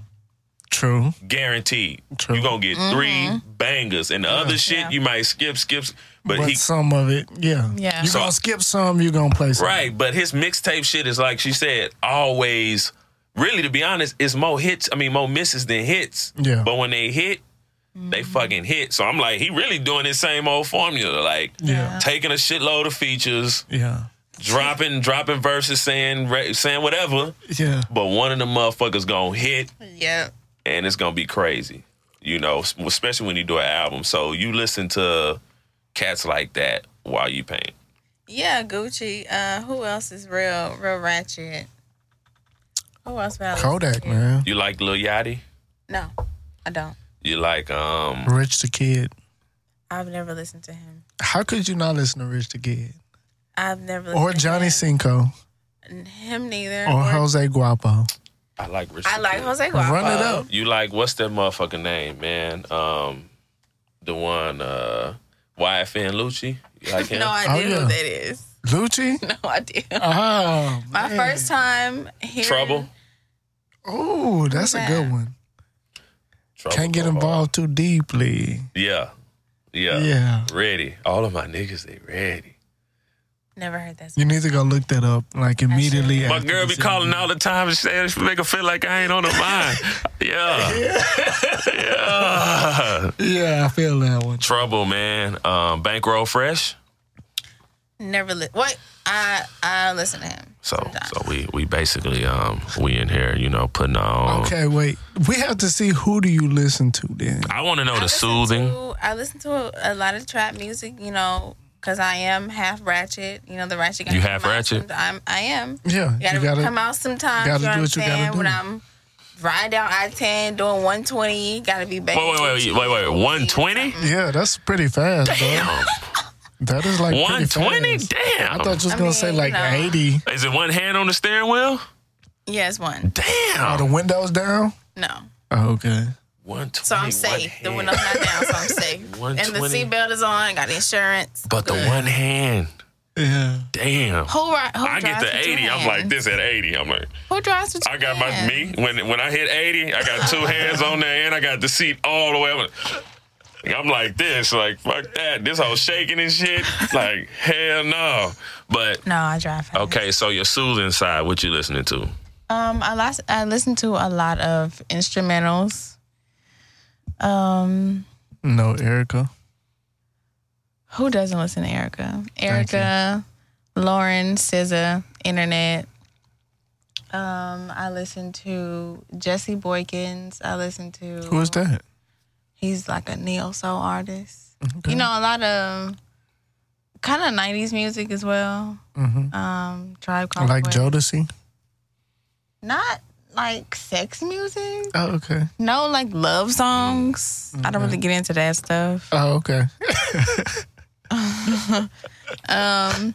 True.
Guaranteed.
True.
You're gonna get three bangers. And the other shit
Mm-hmm. Yeah.
you might skip, skip, but,
But,
he
some of it, yeah.
Yeah.
You're
So-
going to skip some, you're going to play some.
Right, but his mixtape shit is like she said, always really to be honest, it's more hits, I mean more misses than hits.
Yeah.
But when they hit, they fucking hit. So I'm like, he really doing his same old formula. Like
Yeah.
taking a shitload of features,
Yeah.
dropping, dropping verses, saying re- saying whatever.
Yeah.
But one of the motherfuckers gonna hit
Yep.
and it's gonna be crazy. You know, s- especially when you do an album. So you listen to cats like that while you paint.
yeah, Gucci. Uh, who else is real, real ratchet? Who else? would I listen
Kodak,
to?
man.
You like Lil Yachty?
No, I don't.
You like um
Rich the Kid.
I've never listened to him.
How could you not listen to Rich the Kid?
I've never listened
Or
to
Johnny
him.
Cinco.
Him neither.
Or
Or-
Jose Guapo.
I like Rich.
I
the
like
Kid.
Jose Guapo.
Run it up.
You like what's that motherfucker name, man? Um, the one uh YFN Lucci. You like him?
No
Oh,
idea
yeah.
who that is.
Lucci?
No idea.
Oh,
My first time hearing
Trouble.
Oh, that's a good one.
Trouble.
Can't get
go hard.
involved too deeply.
Yeah. yeah,
Yeah.
Ready. All of my niggas, they ready.
Never heard that. Song.
You need to go look that up, like immediately.
My
after
girl be
this
calling all the time and saying she make her feel like I ain't on her mind. Yeah, yeah.
interview. Yeah, I feel that one.
Trouble, man. Um, Bankroll Fresh.
Never li- What? I I listen to him.
So,
sometimes.
so we we basically um we in here, you know, putting on.
Okay, wait. We have to see who do you listen to then.
I want to know the
listen
soothing.
to- I listen to a, a lot of trap music, you know, because I am half ratchet. You know, the ratchet. gotta
You half
come out
ratchet?
sometime. I'm, I am.
Yeah,
Gotta, come out sometimes.
gotta
you know
do what
what I'm
you gotta
saying?
do.
When I'm riding down I ten, doing 120, gotta be back.
Wait, wait, wait, wait, wait. One twenty.
Yeah, that's pretty fast, bro. That is like
One
pretty
twenty.
fast.
Damn.
I thought you was
I
gonna say
mean,
like
you know.
eighty.
Is it one hand on the steering wheel?
Yes,
Are
one.
the
Damn.
windows down?
No.
Oh, okay.
One twenty.
So I'm safe. The window's not down, so I'm safe. and the
120.
seatbelt is on. Got insurance.
But the one hand.
Yeah.
Damn.
Who, ri- who
I get
drives
to
with two
eighty. I'm
hands?
like this at eighty. I'm like
Who drives with
I
two
got my
hands?
me when when I hit eighty. I got two hands on there and I got the seat all the way up. I'm like this. Like fuck that. This whole shaking and shit. Like hell no. But
No, I drive. fast.
okay. So your soothing side. What you listening to?
Um, I last I listen to a lot of instrumentals. Um,
No, Erica.
who doesn't listen to Erica? Erica, Lauren, SZA, Internet. Um, I listen to Jesse Boykins. I listen to
Who is that?
He's like a neo soul artist. You know, a lot of kind of '90s music as well. Um, Tribe
Mm-hmm.
Called
Like
Quest.
Jodeci.
Not like sex music.
Oh, okay.
No, like love songs. I don't really get into that stuff.
Oh, okay.
Um,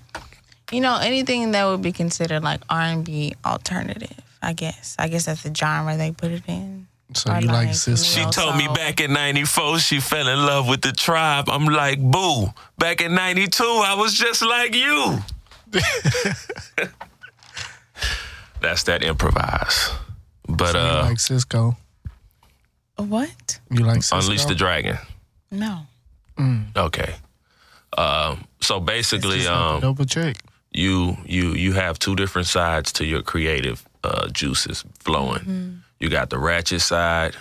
You know, anything that would be considered like R and B alternative. I guess. I guess that's the genre they put it in.
So
Or
you like
like
sis?
She
Neo
told me
soul.
back in 94 she fell in love with the tribe. I'm like, boo. Back in 92, I was just like you. That's that improvise. But
You
uh
like Cisco?
What?
You like Cisco?
Unleash the Dragon.
No.
Okay. Um so basically
Just
um
double check.
you you you have two different sides to your creative uh, juices
Mm.
flowing. You got the ratchet side,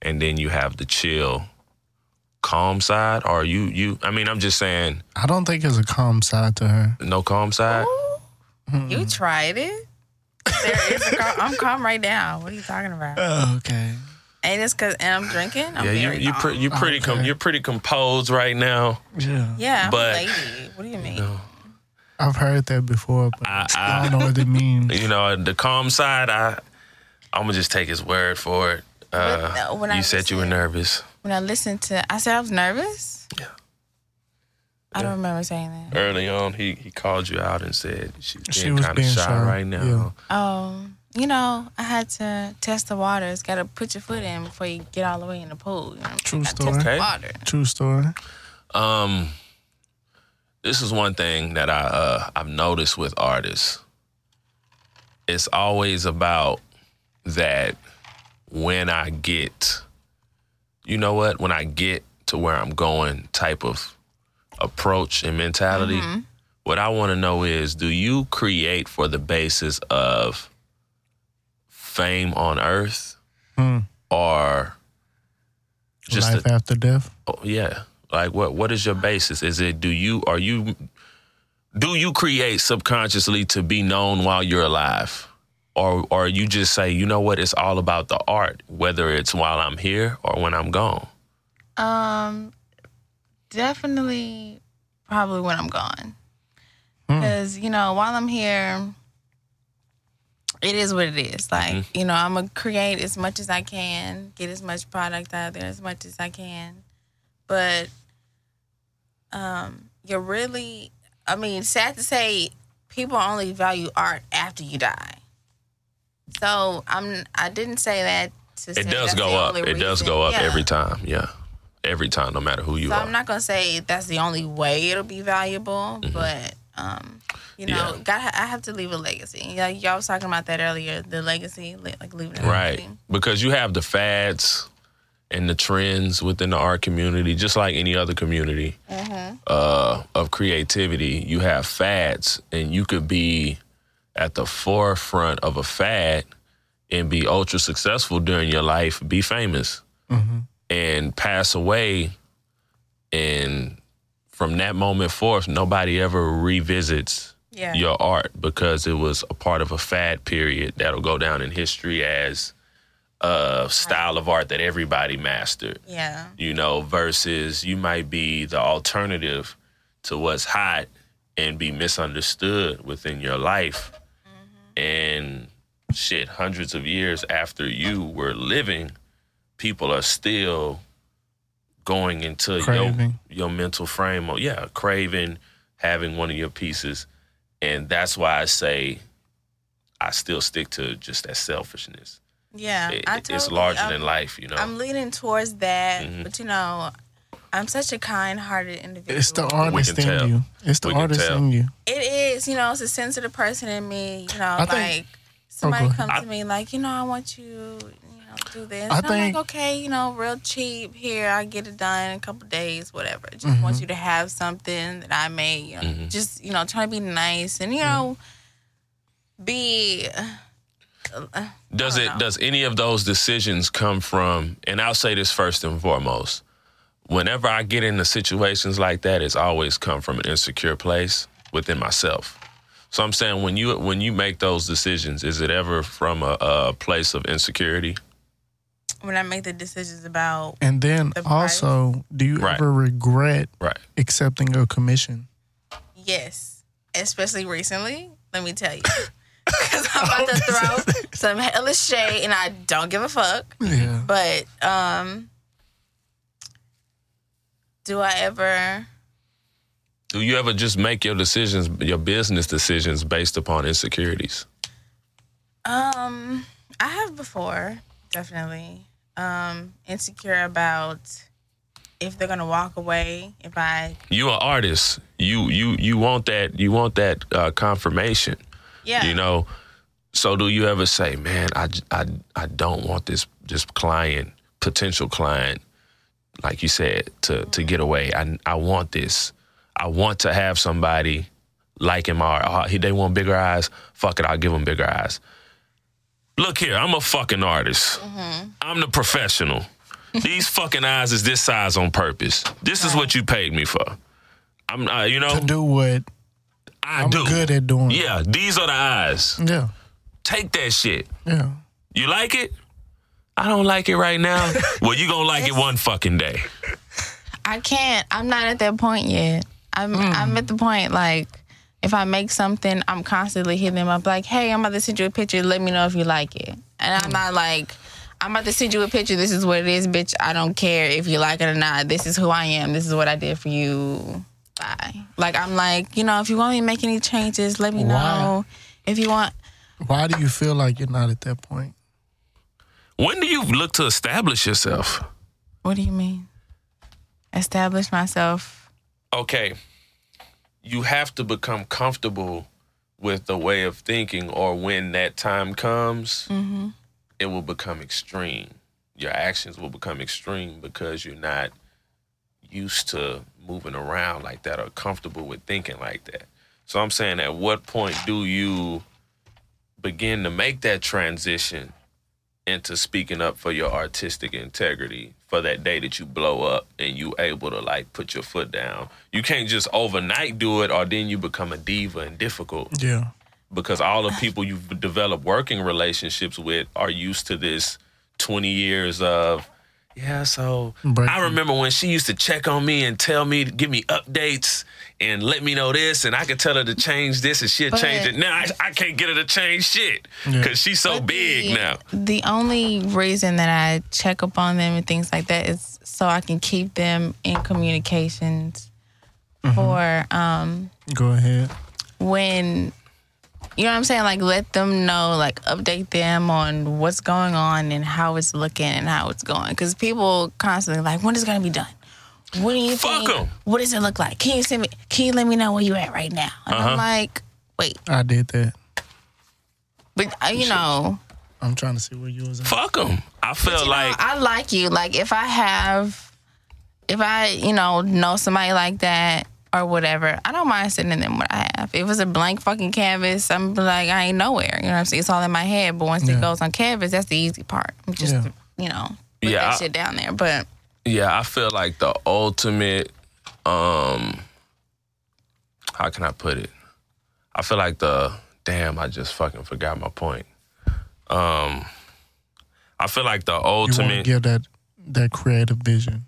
and then you have the chill calm side, or you you? I mean, I'm just saying,
I don't think it's a calm side to her.
no calm side.
You tried it. There is a cal- I'm calm right now. What are you talking about?
Oh, okay.
And it's because I'm drinking. I'm
yeah, you
very
you
calm.
pre- you pretty com-
Okay.
you're pretty composed right now.
Yeah.
Yeah, I'm
but-
a lady. What do you mean?
I've heard that before, but I,
I, I
don't know what it means.
you know the calm side. I I'm gonna just take his word for it. Uh,
no, when
you
I
said you were
listen-
nervous
When I listened to, I said I was nervous.
Yeah.
I don't remember saying that.
early on. He he called you out and said she's
She
being
was
kind of
being
shy,
shy,
right now.
yeah.
Oh, you know, I had to test the waters. Got to put your foot in before you get all the way in the pool. You know?
True
Gotta
story.
Test
Okay.
the water.
True story.
Um, this is one thing that I uh, I've noticed with artists. It's always about that when I get, you know what, when I get to where I'm going, type of approach and mentality. What I want to know is, do you create for the basis of fame on earth, or just a-
Hmm. Life after death.
Oh, yeah like what what is your basis is it do you are you do you create subconsciously to be known while you're alive or or you just say you know what it's all about the art whether it's while i'm here or when i'm gone
Um, definitely, probably when I'm gone,
Hmm.
because you know while I'm here, it is what it is. Like
Mm-hmm.
you know, I'm gonna create as much as I can, get as much product out there as much as I can, but um, you're really, I mean, sad to say, people only value art after you die. So I'm, I didn't say that. To
it does go up it does go up every time yeah every time no matter who you
so
are
I'm not gonna say that's the only way it'll be valuable, but um, you know,
Mm-hmm. Yeah.
got I have to leave a legacy. Like y'all was talking about that earlier, the legacy, li- like leaving a
Right.
legacy.
Because you have the fads and the trends within the art community, just like any other community uh, of creativity. You have fads, and you could be at the forefront of a fad and be ultra successful during your life, be famous,
Mm-hmm.
and pass away. And from that moment forth, nobody ever revisits
Yeah.
your art because it was a part of a fad period that'll go down in history as a style of art that everybody mastered,
Yeah.
you know, versus you might be the alternative to what's hot and be misunderstood within your life. And shit, hundreds of years after you were living, people are still going into
Craving.
your your mental frame of yeah, craving having one of your pieces. And that's why I say I still stick to just that selfishness.
Yeah.
It-
I
it's
totally-
larger
I'm-
than life, you know.
I'm leaning towards that,
Mhm.
but you know, I'm such a kind-hearted individual.
It's the artist in
tell.
you. It's the
We can
artist
tell.
in you.
It is, you know, it's a sensitive person in me. You know,
I
like
think-
somebody
Oh, go
comes
ahead.
to me like, you know, I want you, you know, do
I
this. and I'm
think-
like, okay, you know, real cheap. Here, I get it done in a couple days, whatever. Just want
Mm-hmm.
you to have something that I made. You know,
Mhm.
Just you know, trying to be nice and you know, be. uh,
Does
don't
it
know.
does any of those decisions come from and I'll say this first and foremost. Whenever I get into situations like that, it's always come from an insecure place within myself. So I'm saying when you when you make those decisions, is it ever from a, a place of insecurity?
When I make the decisions about
And then
The price.
also, do you
Right.
ever regret
Right.
accepting a commission?
Yes, especially recently. Let me tell you, because I'm
Oh,
about to throw some hellish shade, and I don't give a fuck.
Yeah.
But um, do I ever?
Do you ever just make your decisions, your business decisions, based upon insecurities?
Um, I have before, definitely. Um, insecure about if they're gonna walk away. If I,
You an artist. You you you want that you want that uh, confirmation.
yeah,
You know, so do you ever say, "Man, I, j- I, I don't want this this client, potential client, like you said, to to get away. I I want this. I want to have somebody liking my art. Oh, he- they want bigger eyes. Fuck it, I'll give them bigger eyes. Look here, I'm a fucking artist. I'm the professional. These fucking eyes is this size on purpose. This is what you paid me for. I'm, uh, you know,
to do what
I
I'm
do.
good at doing.
Yeah, these are the eyes.
Yeah.
Take that shit.
Yeah.
You like it? I don't like it right now. well, you gonna like it one fucking day.
I can't. I'm not at that point yet. I'm I'm at the point like if I make something, I'm constantly hitting them up like, "Hey, I'm about to send you a picture. Let me know if you like it." And I'm not like, "I'm about to send you a picture. This is what it is, bitch. I don't care if you like it or not. This is who I am. This is what I did for you." Bye. Like I'm like, you know, if you want me to make any changes, let me
Why?
know. If you want,
Why do you feel like you're not at that point?
When do you look to establish yourself?
what do you mean? Establish myself.
okay, you have to become comfortable with the way of thinking, or when that time comes, it will become extreme. Your actions will become extreme because you're not used to moving around like that or comfortable with thinking like that. So I'm saying, at what point do you begin to make that transition into speaking up for your artistic integrity for that day that you blow up and you able to like put your foot down. You can't just overnight do it or then you become a diva and difficult
Yeah.
because all the people you've developed working relationships with are used to this 20 years of yeah, so
Breaking.
I remember when she used to check on me and tell me, give me updates and let me know this, and I could tell her to change this and she'd change
But-
it. Now I, I can't get her to change shit because she's so
But
big
the-
now.
The only reason that I check up on them and things like that is so I can keep them in communications for um,
Go ahead.
when you know what I'm saying, like let them know, like update them on what's going on and how it's looking and how it's going. Because people constantly like, when is it gonna be done? What do you
Fuck
think?
'em.
What does it look like? Can you send me? Can you let me know where you at right now? And I'm like, wait,
I did that.
but uh, you know.
I'm trying to see where you was at.
Fuck them. I feel like
I like you. Like if I have, if I you know know somebody like that or whatever, I don't mind sending them what I have. If it's a blank fucking canvas, I'm be like I ain't nowhere. You know what I'm saying? It's all in my head. But once
Yeah.
it goes on canvas, that's the easy part. I'm just
Yeah.
you know put
Yeah,
that
I-
shit down there. But
yeah, I feel like the ultimate um how can I put it? I feel like the damn, I just fucking forgot my point. Um I feel like the
You want
ultimate
to give that that creative vision.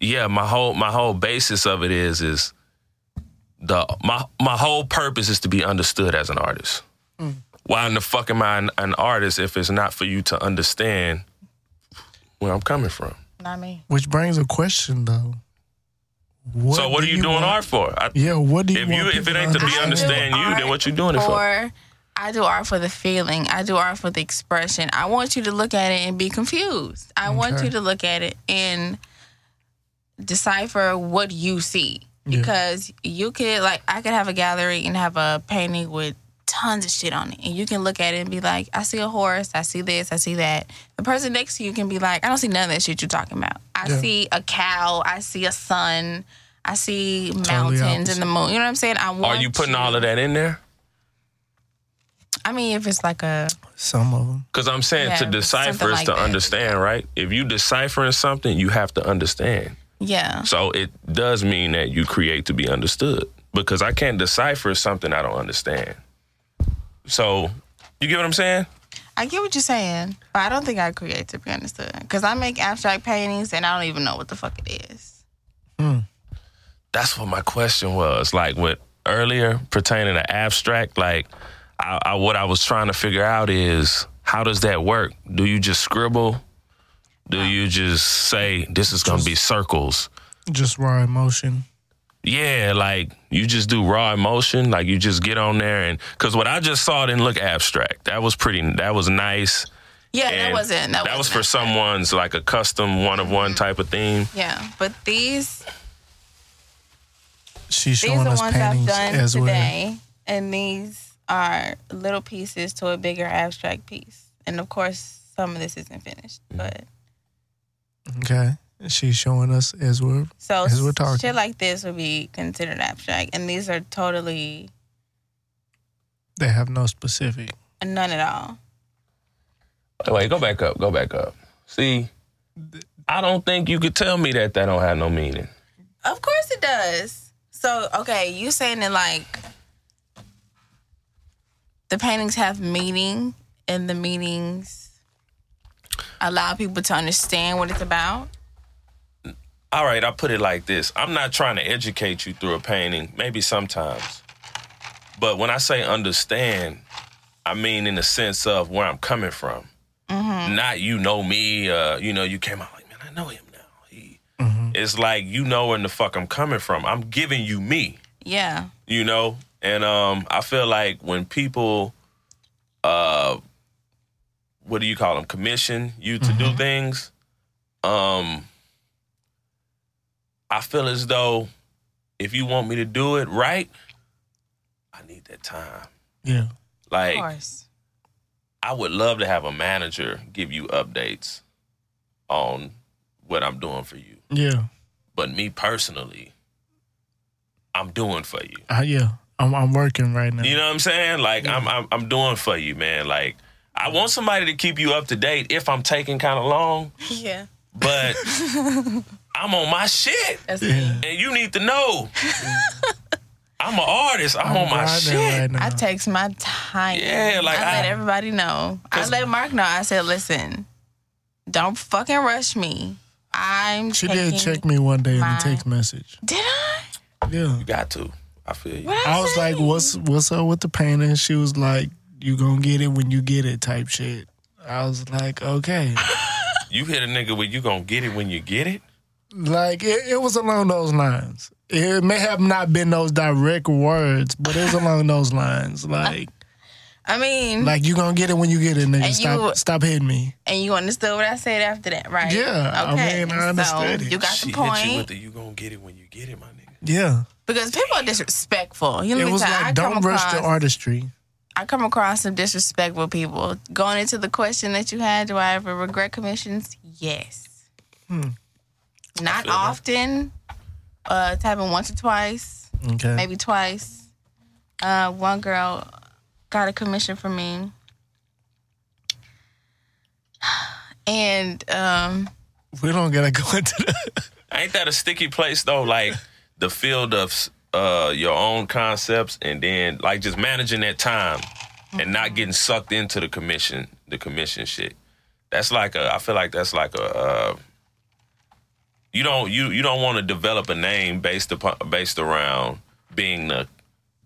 yeah, my whole my whole basis of it is is the my my whole purpose is to be understood as an artist. Why in the fuck am I an, an artist if it's not for you to understand where I'm coming from?
not me.
Which brings a question though.
so what are you, doing
want-
art for? I,
Yeah, what do you
if
want
you if
people
it ain't to be
I do
understand you,
art
then what you doing it for?
Or I do art for the feeling. I do art for the expression. I want you to look at it and be confused. I want
Okay.
you to look at it and decipher what you see.
Yeah.
Because you could like I could have a gallery and have a painting with tons of shit on it. And you can look at it and be like, I see a horse, I see this, I see that. The person next to you can be like, I don't see none of that shit you're talking about. I
Yeah.
see a cow, I see a sun, I see mountains
opposite.
and the moon. You know what I'm saying? I want
Are you putting all of that in there?
I mean, if it's like a
Some of them.
Because I'm saying to
Yeah,
decipher
something
is
like
to
that.
understand, right? If you deciphering something, you have to understand.
yeah,
So it does mean that you create to be understood because I can't decipher something I don't understand. So you get what I'm saying?
I get what you're saying, but I don't think I create to be understood because I make abstract paintings and I don't even know what the fuck it is.
That's what my question was. Like what earlier pertaining to abstract, like I, I what I was trying to figure out is how does that work? Do you just scribble? Do you just say this is gonna be circles?
Just raw emotion.
Yeah, like you just do raw emotion, like you just get on there and because what I just saw didn't look abstract. That was pretty. That was nice.
Yeah, that
And
wasn't that,
was
wasn't Mm-hmm.
for someone's like a custom one of one type of theme.
Yeah, but these
She's
these
showing
are
us
ones I've
paintings
done
as well.
today, and these are little pieces to a bigger abstract piece. And of course, some of this isn't finished,
Mm.
but
Okay. She's showing us as well.
so
As we're talking.
shit like this would be considered abstract, and these are totally
They have no specific.
none at all.
Wait, go back up. Go back up. See, I don't think you could tell me that that don't have no meaning.
Of course it does. So okay, you saying that like the paintings have meaning, and the meanings allow people to understand what it's about.
All right, I put it like this. I'm not trying to educate you through a painting, maybe sometimes. But when I say understand, I mean in the sense of where I'm coming from.
Mm-hmm.
Not you know me, uh, you know, you came out like, man, I know him now. He,
Mm-hmm.
It's like you know where in the fuck I'm coming from. I'm giving you me
Yeah.
you know and um i feel like when people uh what do you call them commission you to
Mm-hmm.
do things um i feel as though if you want me to do it right i need that time
Yeah.
like
Of course.
I would love to have a manager give you updates on what I'm doing for you.
Yeah.
But me personally, I'm doing for you.
Uh, yeah. I'm I'm working right now.
You know what I'm saying? Like I'm, I'm I'm doing for you, man. Like I want somebody to keep you up to date if I'm taking kind of long,
Yeah.
but I'm on my shit,
That's
Yeah.
and you need to know I'm an artist. I'm, on my
grinding
shit.
right now.
I takes my time.
Yeah, like,
I let
I-
everybody know. I
'Cause-
let Mark know. I said, "Listen, don't fucking rush me. I'm."
she
taking,
did check me one day in
my-
the text message.
Did I?
Yeah.
You got to. I feel you.
What
I was
say?
like, "What's what's up with the painting?" She was like, "You gonna get it when you get it," type shit. I was like, "Okay."
You hit a nigga with you gonna get it when you get it.
Like it, it was along those lines. It may have not been those direct words, but it was along those lines. Like,
I mean,
like you gonna get it when you get it, nigga.
And
Stop,
you-
stop hitting me.
and you understood what I said after that, right?
Yeah, I mean, I understood
so
it.
You got
She
the point
hit you with the you gonna get it when you get it, my nigga.
Yeah,
because people are disrespectful. You know,
it was
like, I
like,
come
don't rush the
across,
artistry.
I come across some disrespectful people. Going into the question that you had, do I ever regret commissions? Yes.
Hmm.
feel
Not
that.
often. Uh, it's happened once or twice.
Okay,
maybe twice. Uh, one girl got a commission from me, and um,
we don't gotta go into that.
Ain't that a sticky place though? Like the field of uh, your own concepts, and then like just managing that time and not getting sucked into the commission, the commission shit. That's like a. I feel like that's like a. Uh, you don't you you don't want to develop a name based upon based around being the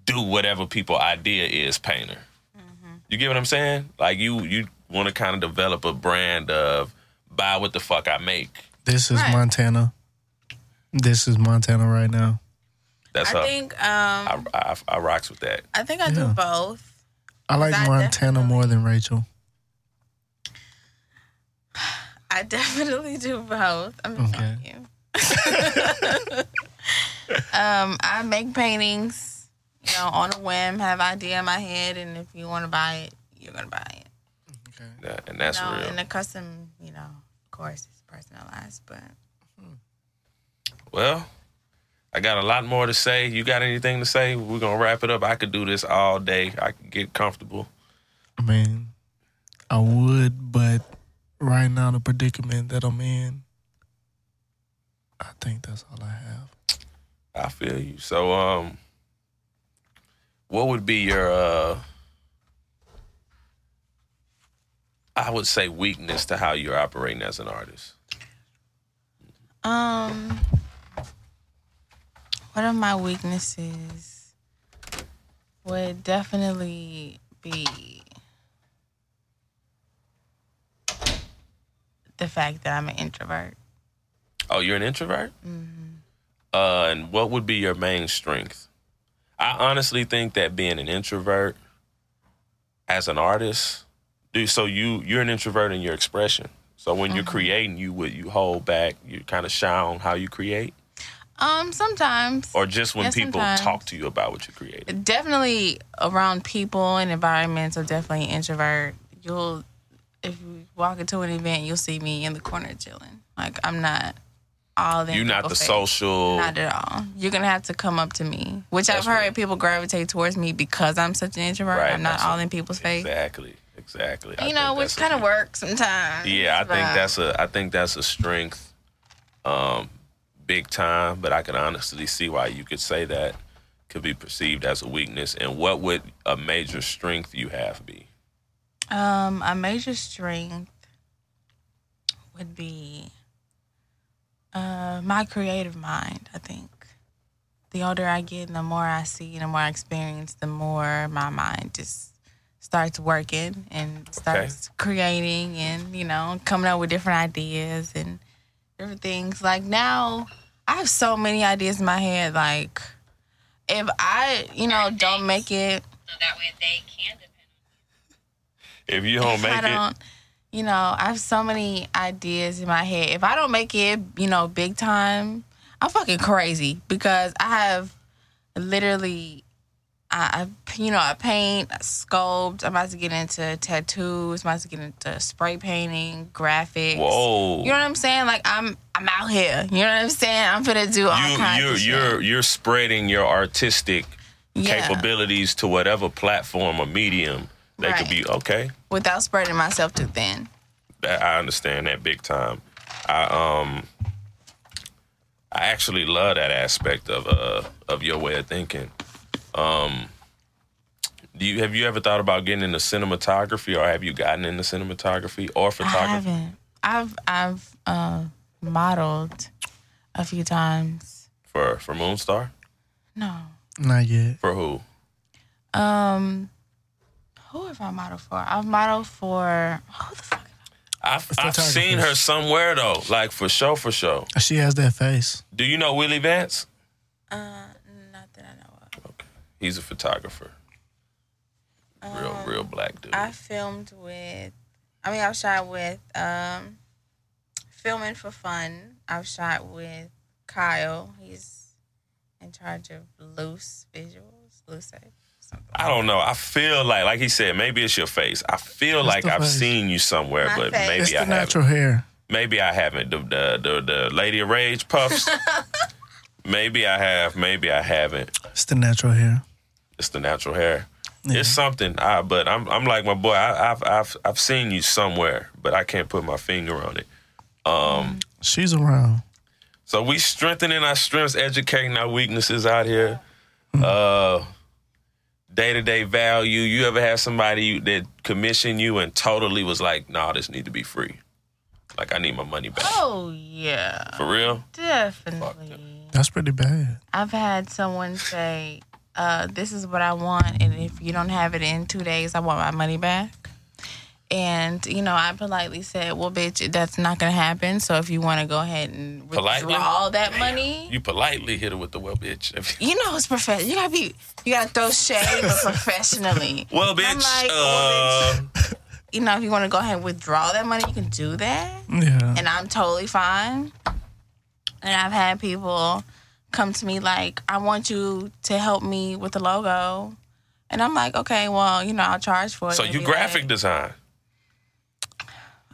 do whatever people idea is painter.
Mm-hmm.
You get what I'm saying? Like you you want to kind of develop a brand of buy what the fuck I make.
This is
Right.
Montana. This is Montana right now.
That's
I
how
think um,
I, I, I rocks with that.
I think I do
Yeah.
both.
I like
That
Montana more than Rachel.
I definitely do both. I'm
Okay.
telling you. um, I make paintings, you know, on a whim, have idea in my head, and if you want to buy it, you're gonna buy it.
Yeah, and that's
no,
real.
and the custom, you know, of course, is personalized, but.
well, I got a lot more to say. You got anything to say? We're gonna wrap it up. I could do this all day. I could get comfortable.
I mean, I would, but right now the predicament that I'm in, I think that's all I have.
I feel you. So, um, what would be your, uh, I would say weakness to how you're operating as an artist.
Um, one of my weaknesses would definitely be the fact that I'm an introvert.
Oh, you're an introvert?
Mm-hmm.
Uh, and what would be your main strength? I honestly think that being an introvert as an artist, do so you you're an introvert in your expression. So when
Uh-huh.
you're creating, you would you hold back, you kind of shy on how you create,
Um, sometimes
or just when
Yeah,
people
sometimes.
talk to you about what you created.
definitely around people and environments. I'm definitely an introvert. You'll if you walk into an event, you'll see me in the corner chilling. Like I'm not all in.
You're not the
people's face.
social.
Not at all. You're gonna have to come up to me, which
That's
I've heard
real.
people gravitate towards me because I'm such an introvert.
Right,
I'm not
that's
all in people's face.
Exactly. Exactly. I
you
think
know,
that's
which
a-
kind of works sometimes.
Yeah, I
but-
think that's a I think that's a strength, um, big time. But I can honestly see why you could say that could be perceived as a weakness. And what would a major strength you have be?
Um, a major strength would be uh, my creative mind. I think the older I get, and the more I see, and the more I experience, the more my mind just starts working and starts creating, and you know, coming up with different ideas and different things. Like now, I have so many ideas in my head. Like if I, you know, don't make it
so that way they can depend on
If you don't
if
make
I
it,
don't, you know, I have so many ideas in my head. If I don't make it, you know, big time, I'm fucking crazy because I have literally, I, I you know, I paint, I sculpt. I'm about to get into tattoos. I'm about to get into spray painting, graphics.
whoa,
You know what I'm saying? Like I'm, I'm out here. You know what I'm saying? I'm gonna do all kinds
you, you
of shit.
you're you're spreading your artistic
Yeah.
capabilities to whatever platform or medium they could
Right.
be. Okay,
without spreading myself too thin.
that I understand that big time. I um I actually love that aspect of uh of your way of thinking. Um do you have you ever thought about getting into cinematography or have you gotten into cinematography or
I
photography?
haven't. I've I've uh, modeled a few times.
For for Moonstar?
No.
Not yet.
For who?
Um, who have I modeled for? I've modeled for who the fuck?
I've I've seen her
Photographers.
somewhere though, like for show for show.
She has that face.
Do you know Willie Vance?
Uh, not that I know of.
He's a photographer. Real real black dude.
Um, Uh, I filmed with. I mean, I've shot with um, filming for fun. I've shot with Kyle. He's in charge of loose visuals, loose something.
I don't know. I feel like, like he said, maybe it's your face. I feel like
the
I've
face.
seen you somewhere,
My
but
face.
maybe
It's
I
the
haven't.
natural hair.
Maybe I haven't. The the the, the Lady of Rage puffs. maybe I have. Maybe I haven't.
It's the natural hair.
It's the natural hair. It's something. I but I'm I'm like my boy. I, I've I've I've seen you somewhere, but I can't put my finger on it.
She's around.
So we strengthening our strengths, educating our weaknesses out here. Uh Day to day value. You ever had somebody you- that commissioned you and totally was like, "Nah, this need to be free. Like I need my money back
Oh yeah,
for real."
definitely.
That's pretty bad.
I've had someone say, uh, "This is what I want, and if you don't have it in two days, I want my money back." And you know, I politely said, "Well, bitch, that's not gonna happen. So if you want to go ahead and withdraw
Politely?
all that money, you,
You politely hit her with the well, bitch.
know, it's professional. You gotta be, you gotta throw shade but professionally.
well,
I'm
bitch.
like, well,
uh,
You know, if you want to go ahead and withdraw that money, you can do that."
Yeah.
and I'm totally fine. And I've had people come to me like, I want you to help me with the logo. And I'm like, okay, well, you know, I'll charge for it.
So
They'd
you
be
graphic
like,
design,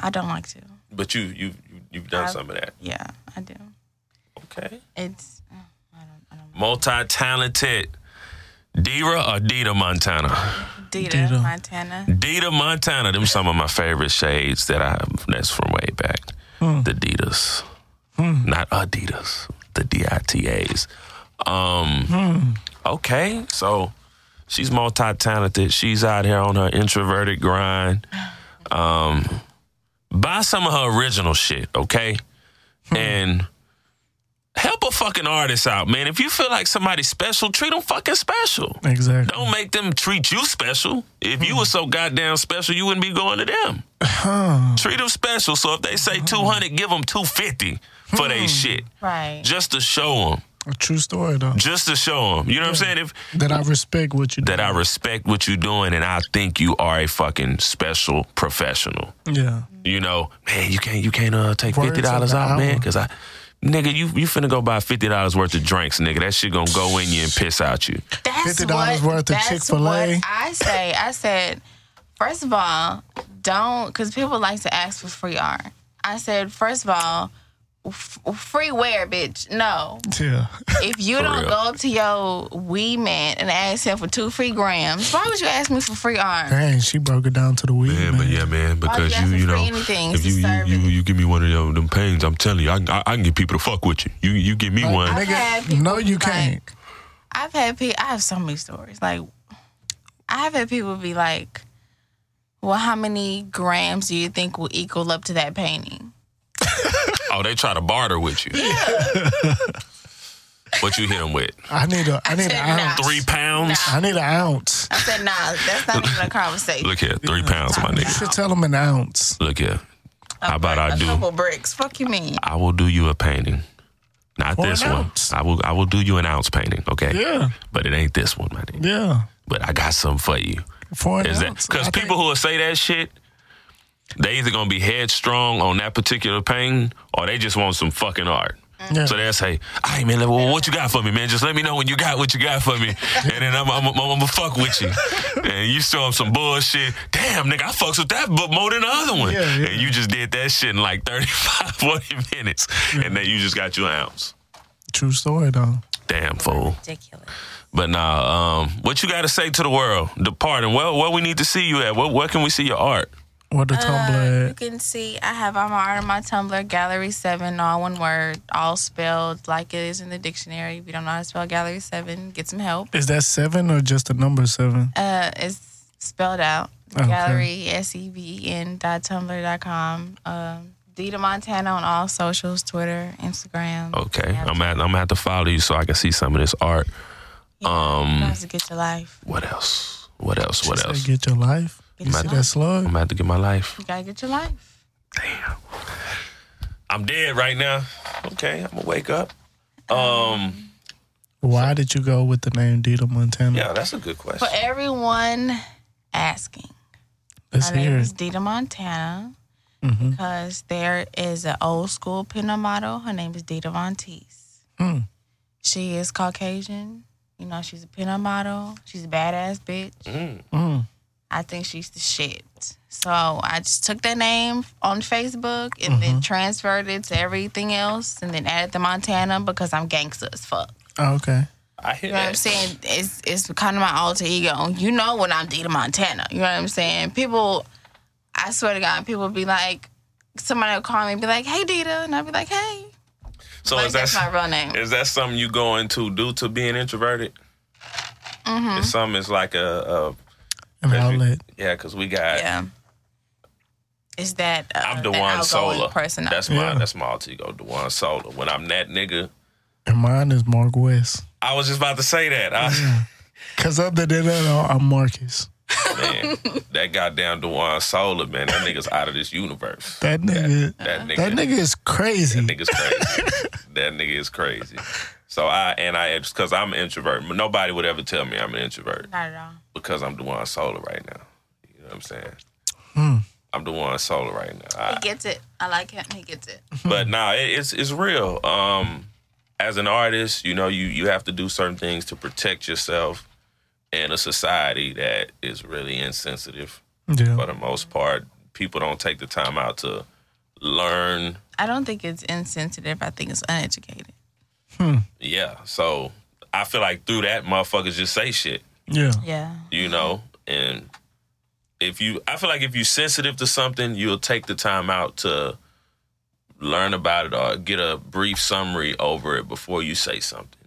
I don't like to.
but you you you- you've done
I've-
some of that.
Yeah, I do.
Okay.
It's, I don't, I don't
Multi talented. Dira or Dita Montana.
Dita,
Ditto.
Montana.
Dita Montana. Them some of my favorite shades that I that's from way back. The Ditas, not Adidas. The D I T A's. Um, Okay, so she's multi talented. She's out here on her introverted grind. Um, buy some of her original shit, okay? And help a fucking artist out, man. If you feel like somebody special, treat them fucking special.
Exactly.
Don't make them treat you special. If you were so goddamn special, you wouldn't be going to them. Treat them special. So if they say 200, give them 250 for they shit.
Right.
Just to show them.
A true story though.
Just to show them. You know what I'm saying? If
That I respect what you do.
that I respect what you're doing and I think you are a fucking special professional.
Yeah.
You know, man, you can't you can't uh, take
Words
fifty dollars
of the
out, man,
hour.
because I, nigga, you you finna go buy fifty dollars worth of drinks, nigga. That shit gonna go in you and piss out you.
That's
$50
what,
worth of
that's
Chick-fil-A.
what I say. I said, first of all, don't, because people like to ask for free art. I said, first of all, f- freeware, bitch. No.
Yeah.
If you
For
don't
real.
go to your weed man and ask him for two free grams, why would you ask me for free arms?
Dang, she broke it down to the weed.
Yeah,
man.
but yeah, man,
Why would
because you,
you ask
you
him for
know,
anything? It's
if
a
you you, you
service.
you give me one of them, them pains, I'm telling you, I, can- I, I can get people to fuck with you. You you give me one.
I've
Nigga,
had people
no, you
be
can't.
like- I've had people. I have so many stories. Like, I have had people be like, "Well, how many grams do you think will equal up to that painting?"
Oh, they try to barter with you. what you hit them with?
I need a. I need
said
an
nah.
ounce.
Three pounds.
I need an ounce.
I said, "Nah, that's not even a conversation."
Look here, three pounds, my
You
nigga.
should tell them an ounce.
Look here, how about I
a
do?
couple bricks? Fuck you, mean?
I will do you a painting. Not
Or
this
an
one.
ounce.
I will I will do you an ounce painting, okay?
Yeah.
But it ain't this one, my nigga.
Yeah.
But I got something for you.
For an
Is that
ounce.
because
I think-
people who will say that shit, they either gonna be headstrong on that particular painting or they just want some fucking art.
Yeah.
So they'll say, "All right, man, well, what you got for me, man? Just let me know when you got what you got for me, and then I'm I'm, I'm, gonna fuck with you." and you show them some bullshit. Damn, nigga, I fucks with that book more than the other one.
Yeah, yeah.
And you just did that shit in like 35, 40 minutes, and then you just got your ounce.
True story though.
Damn fool.
Ridiculous.
But nah, um, what you got to say to the world? Departing. Well, where we need to see you at? Where, where can we see your art?
What the Tumblr
You
at?
can see I have all my art on my Tumblr, Gallery Seven, all one word, all spelled like it is in the dictionary. If you don't know how to spell Gallery Seven, get some help.
Is that seven or just the number seven?
Uh, it's spelled out.
Okay.
Gallery S E V E N dot tumblr dot com. Um, Dita Montana on all socials, Twitter, Instagram.
Okay,
Yeah.
I'm at, I'm gonna have to follow you so I can see some of this art.
You have to get your life.
What else? What else? What
Say,
else?
Get your life.
Get your
Mad-
life.
That's
I'm
love.
gonna have to get my life.
You gotta get your life.
Damn, I'm dead right now. Okay, I'm gonna wake up. Um,
Why did you go with the name Dita Montana?
yeah, that's a good
For
question.
everyone asking.
Let's
My name
hear
is
it.
Dita Montana because there is an old school pinna model. Her name is Dita Von Teese.
Hmm.
She is Caucasian. You know, she's a pinna model. She's a badass bitch.
Mm.
I think she's the shit. So I just took that name on Facebook and then transferred it to everything else and then added the Montana because I'm gangsta as fuck.
Oh, okay.
I hear
You know what I'm
that.
saying? It's it's kind of my alter ego. You know when I'm Dita Montana. You know what I'm saying? People, I swear to God, people be like, somebody will call me and be like, hey, Dita. And I'll be like, hey.
So
Like,
is
that's my
that
real name.
is that something you go into due to being introverted? Mm-hmm. It's something. It's like a,
An
That's you.
outlet.
a yeah, because we got
Yeah. Is that uh,
I'm
that
Dewan
outgoing
Sola.
person?
That's
Yeah.
my that's my alter ego, Dewan Sola. When I'm that nigga,
And mine is Mark West.
I was just about to say that.
Mm-hmm.
I,
Cause other than that, I'm Marcus.
man, that goddamn Dewan Sola, man, that nigga's out of this universe.
That nigga.
That nigga,
That nigga is crazy.
that nigga's crazy. that nigga is crazy. So I and I because I'm an introvert. Nobody would ever tell me I'm an introvert
Not at all.
because I'm Dewan Sola right now. You know what I'm saying? I'm Dewan Sola right now. I,
He gets it. I like him. He gets it.
but nah, it, it's it's real. Um, as an artist, you know, you you have to do certain things to protect yourself in a society that is really insensitive for
Yeah.
the most part. People don't take the time out to learn.
I don't think it's insensitive. I think it's uneducated.
Yeah, so I feel like through that, motherfuckers just say shit,
Yeah.
Yeah.
you know, and. If you, I feel like if you're sensitive to something, you'll take the time out to learn about it or get a brief summary over it before you say something.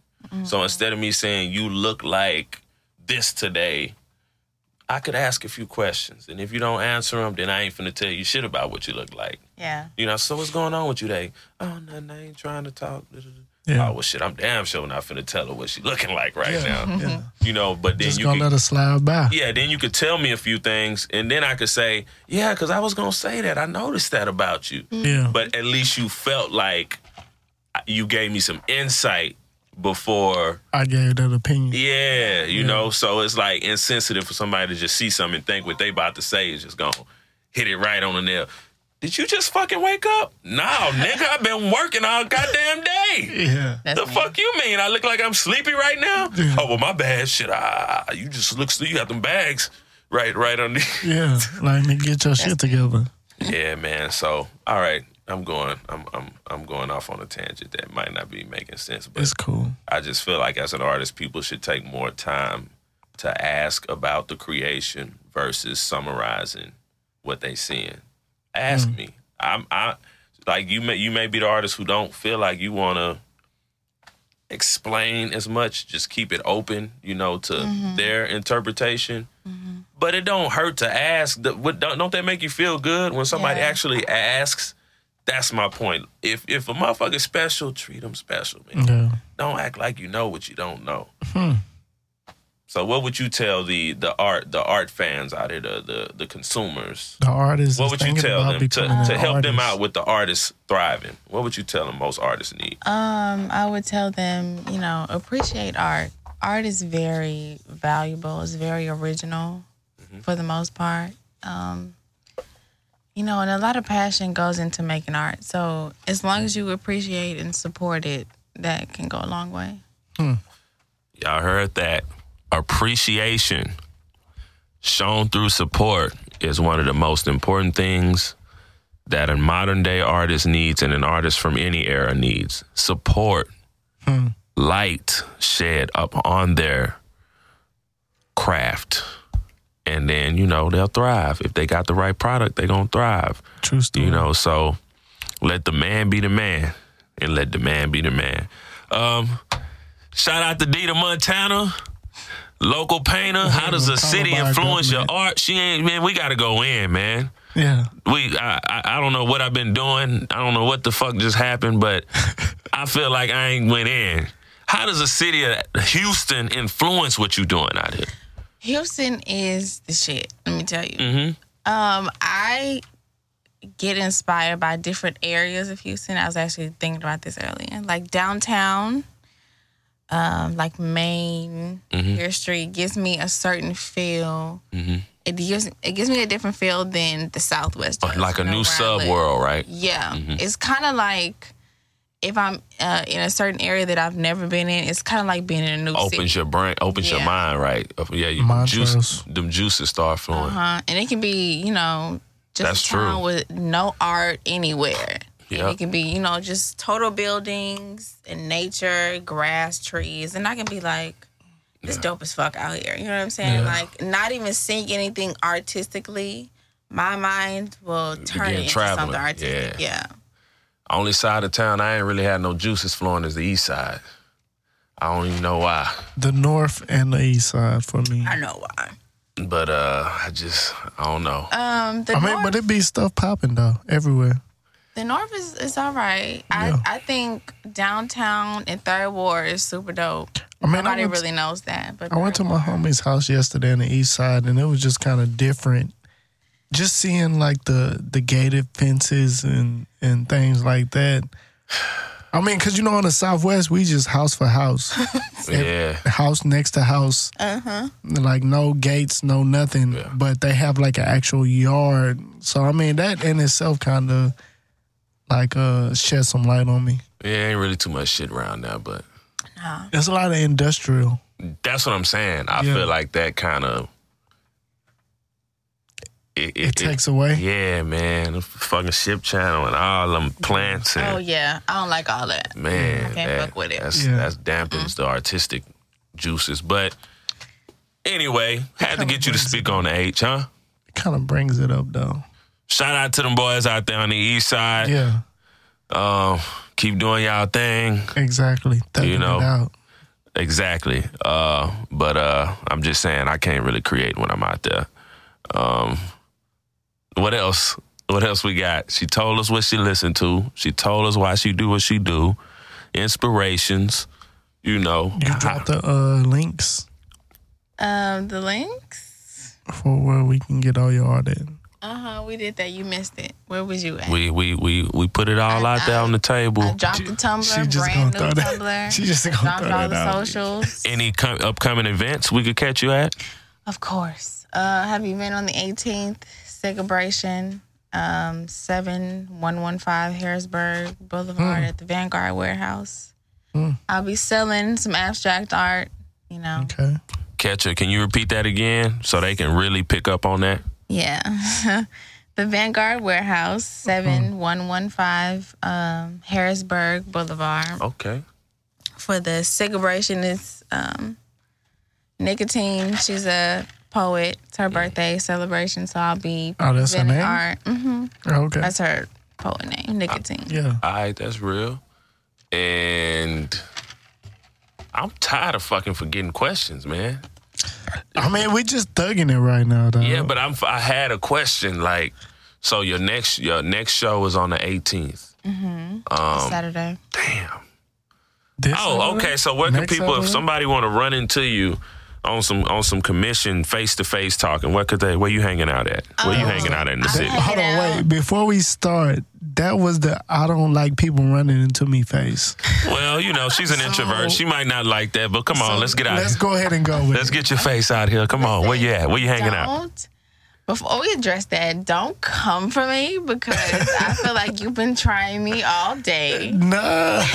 So instead of me saying you look like this today, I could ask a few questions, and if you don't answer them, then I ain't finna tell you shit about what you look like.
Yeah.
You know, so what's going on with you today? Oh, nothing. I ain't trying to talk.
Yeah.
Oh well, shit. I'm damn sure not finna tell her what she looking like right
Yeah.
now.
yeah.
You know, but then
Just
you
gonna
can
let it slide by.
yeah, then you could tell me a few things, and then I could say, yeah, because I was gonna say that. I noticed that about you.
Yeah.
But at least you felt like uh, you gave me some insight before.
I gave that opinion.
Yeah, you know. So it's like insensitive for somebody to just see something and think what they about to say is just gonna hit it right on the nail. Did you just fucking wake up? No, nigga, I've been working all goddamn day.
Yeah.
That's
The
me.
fuck you mean? I look like I'm sleepy right now? Oh well, my bad. Shit, ah, you just look. You got them bags right, right on the.
Yeah. Like, nigga, get your shit together.
Yeah, man. So, all right. I'm going. I'm I'm I'm going off on a tangent that might not be making sense, but
It's cool.
I just feel like as an artist, people should take more time to ask about the creation versus summarizing what they seeing. Ask me. I'm I like you may you may be the artist who don't feel like you wanna explain as much. Just keep it open, you know, to their interpretation. But it don't hurt to ask. The- what- Don't don't that make you feel good when somebody
Yeah.
actually asks? That's my point. If if a motherfucker special, treat them special, man
Yeah.
don't act like you know what you don't know.
Hmm.
So what would you tell the the art the art fans out here, the the, the consumers?
The artist.
What
is
would you
thinking
tell
about
them to, to
becoming an
help them
artist.
out with the artists thriving? What would you tell them most artists need?
Um, I would tell them, you know, appreciate art. Art is very valuable. It's very original, for the most part. Um, you know, and a lot of passion goes into making art. So as long as you appreciate and support it, that can go a long way.
Y'all heard that. Appreciation shown through support is one of the most important things that a modern day artist needs and an artist from any era needs. Support, light shed up on their craft. And then, you know, they'll thrive. If they got the right product, they're going to thrive.
True story.
You know, so let the man be the man and let the man be the man. Um, shout out to Dita Montana, local painter. How does a
Montana
city
by our
influence your
government.
art? She ain't, man, we got to go in, man.
Yeah.
We, I, I, I don't know what I've been doing. I don't know what the fuck just happened, but I feel like I ain't went in. How does a city of Houston influence what you doing out here?
Houston is the shit. Let me tell you.
Mhm.
Um, I get inspired by different areas of Houston. I was actually thinking about this earlier, like downtown, um, like Main
Mm-hmm.
your street gives me a certain feel. It gives it gives me a different feel than the Southwest, does,
Oh, Like a
you know,
new Mm-hmm.
where I live.
sub world, right?
Yeah, it's kind of like. If I'm uh, in a certain area that I've never been in, it's kind of like being in a new city.
opens your brain, opens your
Yeah.
mind, right? Of- Yeah, you
Mind
juice,
trails.
them juices start flowing.
Uh-huh. And it can be, you know, just
That's
a town
true.
with no art anywhere. And
Yep.
It can be, you know, just total buildings and nature, grass, trees. And I can be like, this dope as fuck out here. You know what I'm saying? Like, not even seeing anything artistically. My mind will turn
Begin
it into
traveling.
something artistic. Yeah.
Only side of town I ain't really had no juices flowing is the east side. I don't even know why,
The north and the east side for me.
I know why.
but uh, I just I don't know.
Um, the
I mean,
North-
but it be stuff popping though everywhere.
The North is, is all right.
Yeah.
I, I think downtown and Third Ward is super dope.
I mean, I
Nobody
went to-
really knows that. But
I went to
Third
my
Ward-
homie's house yesterday on the east side, and it was just kind of different. Just seeing like the the gated fences and and things like that. I mean, cause you know, in the Southwest, we just house for house,
yeah,
house next to house. Like no gates, no nothing.
Yeah.
But they have like an actual yard. So I mean, that in itself kind of like uh shed some light on me.
yeah, ain't really too much shit around now, but
There's a lot of industrial.
that's what I'm saying. I
Yeah.
feel like that kind of it,
It takes away.
Yeah, man, the fucking ship channel and all them plants and
Oh yeah, I don't like all that.
Man,
Mm, I can't
that,
fuck with it. Mm.
That's,
Yeah.
that's dampens the artistic juices. But anyway, had to get you to speak on the H, huh?
Kind of brings it up though.
Shout out to them boys out there on the east side.
Yeah.
Um, keep doing y'all thing.
Exactly. Thugging
You know?
it out.
Exactly. Uh, but uh, I'm just saying I can't really create when I'm out there. Um, what else? What else we got? She told us what she listened to. She told us why she do what she do. Inspirations, you know.
You drop the uh, links
Um, the links.
for where we can get all your art in.
Uh huh. We did that. You missed it. Where was you at?
We we we we put it all
I-
out there
I-
on the table.
I dropped the Tumblr.
she just
brand
gonna
new
throw that-
Tumblr.
she just gonna
dropped
throw
all
that
the
out.
socials.
Any com- upcoming events we could catch you at?
Of course. Uh, have you been on the 18th celebration? Um, seven one one five Harrisburg
Hmm.
Boulevard at the Vanguard Warehouse. I'll be selling some abstract art. You know.
Okay.
Catch her. Can you repeat that again so they can really pick up on that?
Yeah. the The Vanguard Warehouse,
Uh-huh.
7115 um, Harrisburg Boulevard.
Okay.
For the celebration, it's um, Nicotine. She's a poet. It's her birthday celebration, so I'll be
Oh, that's her
presenting
name?
art. hmm
Okay.
That's her poet name, Nicotine.
yeah.
All right, that's real. And I'm tired of fucking forgetting questions, man.
I mean, we just thugging it right now, though.
Yeah, but I'm I had a question like so your next your next show is on the 18th.
Um,
Saturday.
Damn.
This
Oh,
Saturday?
okay. So where can
Next
people if
Saturday?
somebody want to run into you on some on some commission face to face talking, where could they where you hanging out at? Where you
Um,
Oh,
hanging out at in the
I
city?
have-
Hold on,
Yeah.
wait. Before we start, that was the I don't like people running into me face.
Well, you know, she's an introvert. She might not like that, but come on, Oh, let's get out.
Let's go ahead and go with
Let's
it.
get your face out here. Come on. Where you at? Where you hanging out?
Don't. Before we address that, don't come for me because I feel like you've been trying me all day.
No.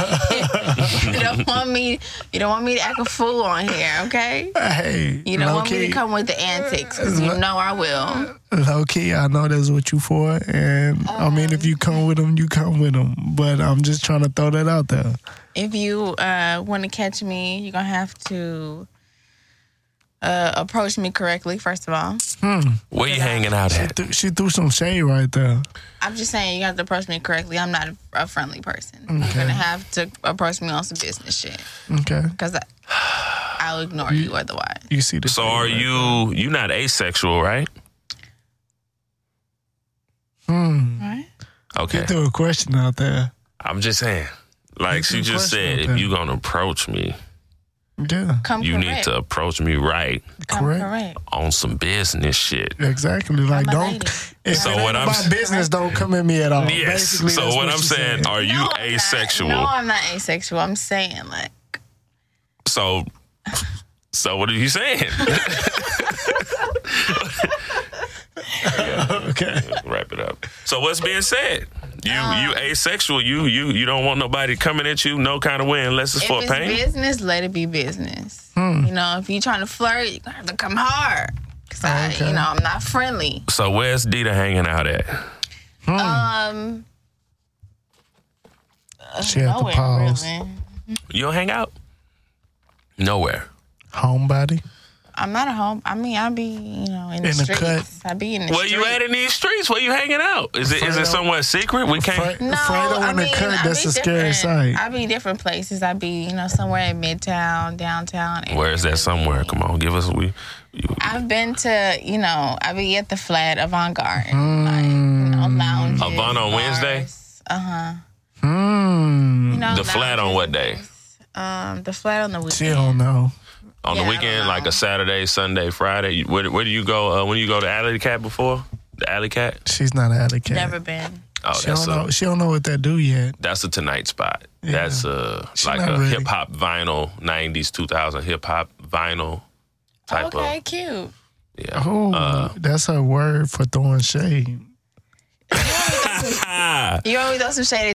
You don't want me. You don't want me to act a fool on here, okay?
hey.
You don't
low
want me
key-
to come with the antics because you know I will.
Low key, I know that's what you for. And I mean, if you come with them, you come with them. But I'm just trying to throw that out there.
If you uh, want to catch me, you're gonna have to uh, approach me correctly. First of all,
Where you hanging out
She,
at?
threw she threw some shade right there.
I'm just saying you have to approach me correctly. I'm not a, a friendly person. You're gonna have to approach me on some business shit
Okay.
because I, I'll ignore you otherwise.
You see the
So
shade
are
right
you you not asexual, right?
there. Hmm.
Right?
Okay.
You threw a question out there.
I'm just saying. Like she
Good
just
question,
said, if
okay.
you gonna approach me,
Yeah.
Come
you
correct.
need to approach me right
Come
Correct.
correct.
on some business shit.
Exactly. Like
a
don't.
lady.
If
So
it ain't
what I'm
about
s-
business, don't come at me at all.
Yes.
Basically,
So
that's
what I'm
she
saying,
said.
are you
No, I'm not.
asexual?
No, I'm not asexual. I'm saying like
So, so what are you saying? uh,
okay.
Wrap it up. So what's being said? You
Um,
you asexual. You you you don't want nobody coming at you no kind of way unless it's
if
for
it's
pain.
business, let it be business.
Hmm.
You know, if you're trying to flirt, you gonna have to come hard. Cause I,
Okay.
you know, I'm not friendly.
so where's Dita hanging out at?
Um,
She had to
nowhere,
pause.
really.
You don't hang out. Nowhere.
Homebody.
I'm not a home. I mean, I be, you know, in, the,
In the
streets.
cut.
I be in the
Where you
streets.
at in these streets? Where you hanging out? Is it is it
Fredo.
somewhere secret? We can't.
Fre- Fredo in the cut.
I
That's
be
a scary
different-
sight.
I be different places. I be, you know, somewhere in Midtown, downtown.
Where is that somewhere? Come on, give us we. You,
I've been to, you know, I be at the flat Avant Garden, like, you know, lounges.
Avant on Wednesday?
Uh huh.
Hmm.
You know,
the flat on what day?
Um, the flat on the weekend.
She don't know.
On
Yeah,
the
I don't
weekend, like
know.
a Saturday, Sunday, Friday. You- Where, where do you go? Uh, when you go to Alley Cat before the Alley Cat?
She's not out of cat.
Never been.
Oh,
She
that's
don't
a,
know. She don't know what that do yet.
that's a tonight spot.
Yeah.
That's a
She
like
not
a
ready.
hip hop vinyl '90s, 2000 hip hop vinyl type
okay,
of.
cute.
Yeah.
Oh,
Uh,
that's her word for throwing shade.
You want me to throw some shady